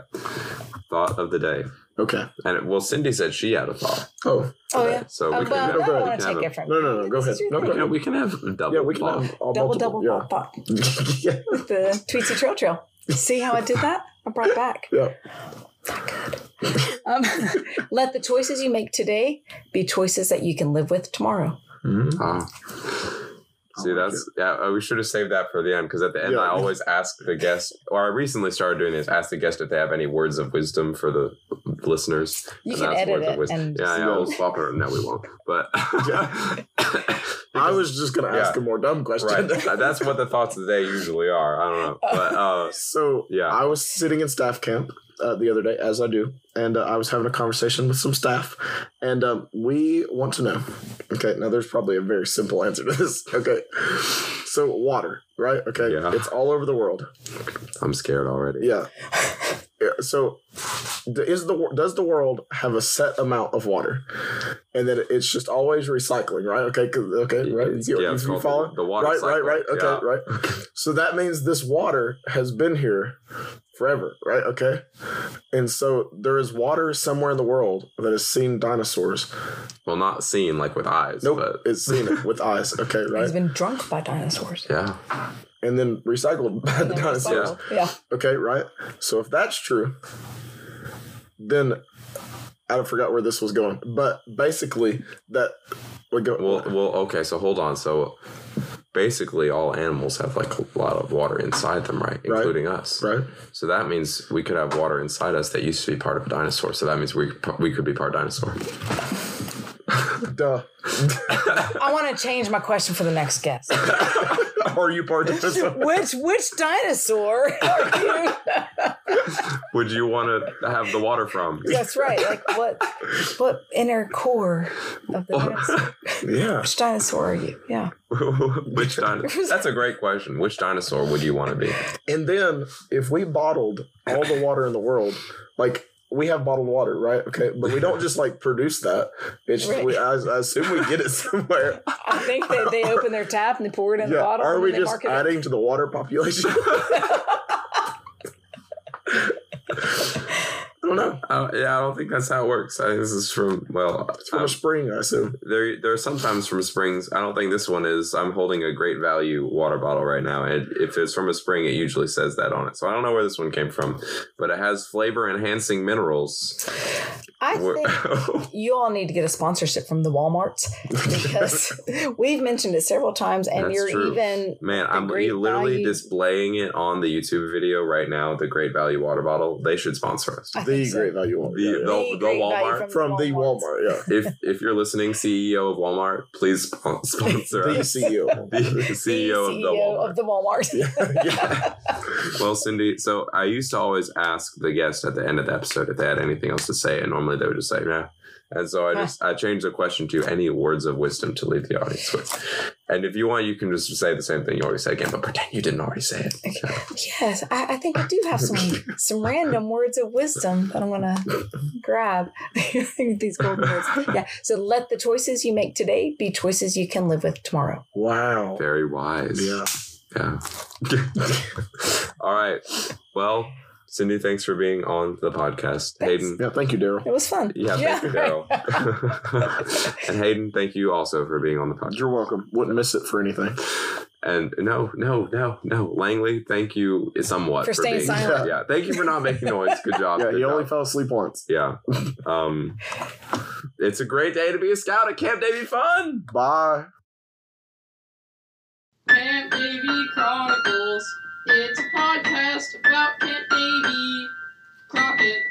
[SPEAKER 1] Thought of the day.
[SPEAKER 2] Okay.
[SPEAKER 1] And it, well, Cindy said she had a thought.
[SPEAKER 2] Oh
[SPEAKER 3] Oh
[SPEAKER 1] today,
[SPEAKER 3] yeah.
[SPEAKER 1] So
[SPEAKER 3] Oh,
[SPEAKER 1] we
[SPEAKER 3] but
[SPEAKER 1] can
[SPEAKER 3] I
[SPEAKER 1] have,
[SPEAKER 2] no,
[SPEAKER 1] we
[SPEAKER 2] go
[SPEAKER 3] don't
[SPEAKER 2] ahead.
[SPEAKER 1] can
[SPEAKER 3] want to
[SPEAKER 1] have,
[SPEAKER 3] take
[SPEAKER 1] a-
[SPEAKER 3] it from.
[SPEAKER 2] No, no, no, go
[SPEAKER 3] This
[SPEAKER 2] ahead.
[SPEAKER 3] is your
[SPEAKER 2] No, go
[SPEAKER 3] thing.
[SPEAKER 1] you know, we can have a double.
[SPEAKER 2] yeah, we can
[SPEAKER 1] thought.
[SPEAKER 2] have all
[SPEAKER 3] Double
[SPEAKER 2] multiple.
[SPEAKER 3] double
[SPEAKER 2] yeah. (laughs)
[SPEAKER 3] thought thought
[SPEAKER 2] yeah.
[SPEAKER 3] with the Tweety Trail Trail. See how I did that? I brought back.
[SPEAKER 2] Yeah.
[SPEAKER 3] Um, (laughs) let the choices you make today be choices that you can live with tomorrow.
[SPEAKER 1] Oh. See,
[SPEAKER 2] like
[SPEAKER 1] that's yeah. uh, We should have saved that for the end because at the end,
[SPEAKER 2] Yeah.
[SPEAKER 1] I always ask the guest, or I recently started doing this, ask the guest if they have any words of wisdom for the listeners.
[SPEAKER 3] You
[SPEAKER 1] and
[SPEAKER 3] can
[SPEAKER 1] that's
[SPEAKER 3] edit
[SPEAKER 1] words of
[SPEAKER 3] it
[SPEAKER 1] wisdom.
[SPEAKER 3] and
[SPEAKER 1] yeah, yeah,
[SPEAKER 2] No.
[SPEAKER 1] we'll swap it. No, we won't. But
[SPEAKER 2] I was just gonna ask
[SPEAKER 1] Yeah.
[SPEAKER 2] a more dumb (laughs) question.
[SPEAKER 1] right, Uh, that's what the thoughts of the day usually are. I don't know, but uh,
[SPEAKER 2] So
[SPEAKER 1] Yeah.
[SPEAKER 2] I was sitting in staff camp uh, the other day, as I do, and uh, I was having a conversation with some staff, and um, we want to know. Okay, now there's probably a very simple answer to this. (laughs) Okay, so water, right? Okay,
[SPEAKER 1] Yeah.
[SPEAKER 2] it's all over the world.
[SPEAKER 1] I'm scared already.
[SPEAKER 2] Yeah. Yeah, So, d- is the wor- does the world have a set amount of water, and then it's just always recycling, right? Okay, 'cause- okay,
[SPEAKER 1] Yeah,
[SPEAKER 2] right.
[SPEAKER 1] it's-
[SPEAKER 2] You,
[SPEAKER 1] yeah,
[SPEAKER 2] you-
[SPEAKER 1] it's
[SPEAKER 2] you
[SPEAKER 1] called
[SPEAKER 2] follow?
[SPEAKER 1] the- the water
[SPEAKER 2] right,
[SPEAKER 1] cycle,
[SPEAKER 2] right, right.
[SPEAKER 1] yeah.
[SPEAKER 2] Okay, right.
[SPEAKER 1] (laughs)
[SPEAKER 2] So that means this water has been here forever, right? Okay, and so there is water somewhere in the world that has seen dinosaurs.
[SPEAKER 1] Well, not seen like with eyes,
[SPEAKER 2] Nope,
[SPEAKER 1] but
[SPEAKER 2] it's seen it with eyes. Okay,
[SPEAKER 3] He's
[SPEAKER 2] right,
[SPEAKER 3] been drunk
[SPEAKER 1] (laughs)
[SPEAKER 3] by dinosaurs.
[SPEAKER 1] yeah,
[SPEAKER 2] and then recycled by the dinosaurs.
[SPEAKER 3] Yeah. yeah.
[SPEAKER 2] Okay, right? So if that's true, then I forgot where this was going, but basically that we go.
[SPEAKER 1] Well, well, okay. So hold on. So basically, all animals have like a lot of water inside them, right?
[SPEAKER 2] Right.
[SPEAKER 1] Including us.
[SPEAKER 2] right.
[SPEAKER 1] So that means we could have water inside us that used to be part of a dinosaur. So that means we we could be part (laughs) dinosaur.
[SPEAKER 2] Duh.
[SPEAKER 3] I want to change my question for the next guest.
[SPEAKER 2] Are you part of this?
[SPEAKER 3] which which dinosaur are you?
[SPEAKER 1] (laughs) Would you want to have the water from?
[SPEAKER 3] That's right. Like what what inner core of the dinosaur?
[SPEAKER 2] yeah.
[SPEAKER 3] Which dinosaur are you? Yeah.
[SPEAKER 1] (laughs) Which dinosaur? That's a great question. Which dinosaur would you want to be?
[SPEAKER 2] And then if we bottled all the water in the world, like we have bottled water, right? Okay, but we don't just like produce that. It's
[SPEAKER 3] Right.
[SPEAKER 2] we, I, I assume we get it (laughs) somewhere.
[SPEAKER 3] I think that they open their tap and they pour it in the
[SPEAKER 2] yeah,
[SPEAKER 3] bottle.
[SPEAKER 2] are
[SPEAKER 3] and
[SPEAKER 2] we
[SPEAKER 3] they
[SPEAKER 2] just
[SPEAKER 3] market it.
[SPEAKER 2] adding to the water population? (laughs) I don't know.
[SPEAKER 1] Uh, yeah, I don't think that's how it works. I, this is from well,
[SPEAKER 2] It's from
[SPEAKER 1] um,
[SPEAKER 2] a spring, I assume.
[SPEAKER 1] there there are sometimes from springs. I don't think this one is. I'm holding a great value water bottle right now, and if it's from a spring, it usually says that on it. So I don't know where this one came from, but it has flavor enhancing minerals.
[SPEAKER 3] I
[SPEAKER 1] Where-
[SPEAKER 3] think you all need to get a sponsorship from the Walmarts because we've mentioned it several times, and
[SPEAKER 1] That's
[SPEAKER 3] you're
[SPEAKER 1] true.
[SPEAKER 3] even
[SPEAKER 1] (laughs) Man, I'm
[SPEAKER 3] great
[SPEAKER 1] literally
[SPEAKER 3] value-
[SPEAKER 1] displaying it on the YouTube video right now. The Great Value water bottle. They should sponsor us.
[SPEAKER 3] I
[SPEAKER 2] The
[SPEAKER 3] think so.
[SPEAKER 2] great value water.
[SPEAKER 1] The-
[SPEAKER 2] yeah, yeah.
[SPEAKER 1] the-
[SPEAKER 3] great value
[SPEAKER 1] Walmart?
[SPEAKER 2] from the
[SPEAKER 3] Walmarts.
[SPEAKER 2] Walmart, yeah.
[SPEAKER 1] (laughs) if if you're listening, CEO of Walmart, please spon- (laughs) sponsor
[SPEAKER 2] The E
[SPEAKER 1] us.
[SPEAKER 2] CEO.
[SPEAKER 1] The (laughs) CEO E of the Walmart.
[SPEAKER 3] E of the Walmart.
[SPEAKER 1] Well, Cindy, so I used to always ask the guest at the end of the episode if they had anything else to say, and normally they would just say no. And so I just I changed the question to any words of wisdom to leave the audience with. And if you want, you can just say the same thing you already said again, but pretend you didn't already say it.
[SPEAKER 3] Yes, I, I think I do have some some random words of wisdom that I'm gonna grab (laughs) these golden words. Yeah. So let the choices you make today be choices you can live with tomorrow.
[SPEAKER 2] Wow.
[SPEAKER 1] Very wise.
[SPEAKER 2] Yeah.
[SPEAKER 1] Yeah. (laughs) All right. Well, Cindy, thanks for being on the podcast.
[SPEAKER 3] Thanks.
[SPEAKER 1] Hayden.
[SPEAKER 2] Yeah. Thank you, Daryl.
[SPEAKER 3] It was fun.
[SPEAKER 1] Yeah, thank you, Daryl. (laughs) and Hayden, thank you also for being on the podcast.
[SPEAKER 2] You're welcome. Wouldn't miss it for anything.
[SPEAKER 1] And no, no, no, no. Langley, thank you somewhat
[SPEAKER 3] For staying silent.
[SPEAKER 1] Yeah, thank you for not making noise. Good job.
[SPEAKER 2] (laughs) Yeah,
[SPEAKER 1] Good
[SPEAKER 2] he only
[SPEAKER 1] job.
[SPEAKER 2] fell asleep once.
[SPEAKER 1] yeah. Um, it's a great day to be a scout at Camp Davy Fun.
[SPEAKER 2] Bye.
[SPEAKER 4] Camp Davy Chronicles. It's a podcast about Camp Davy Crockett.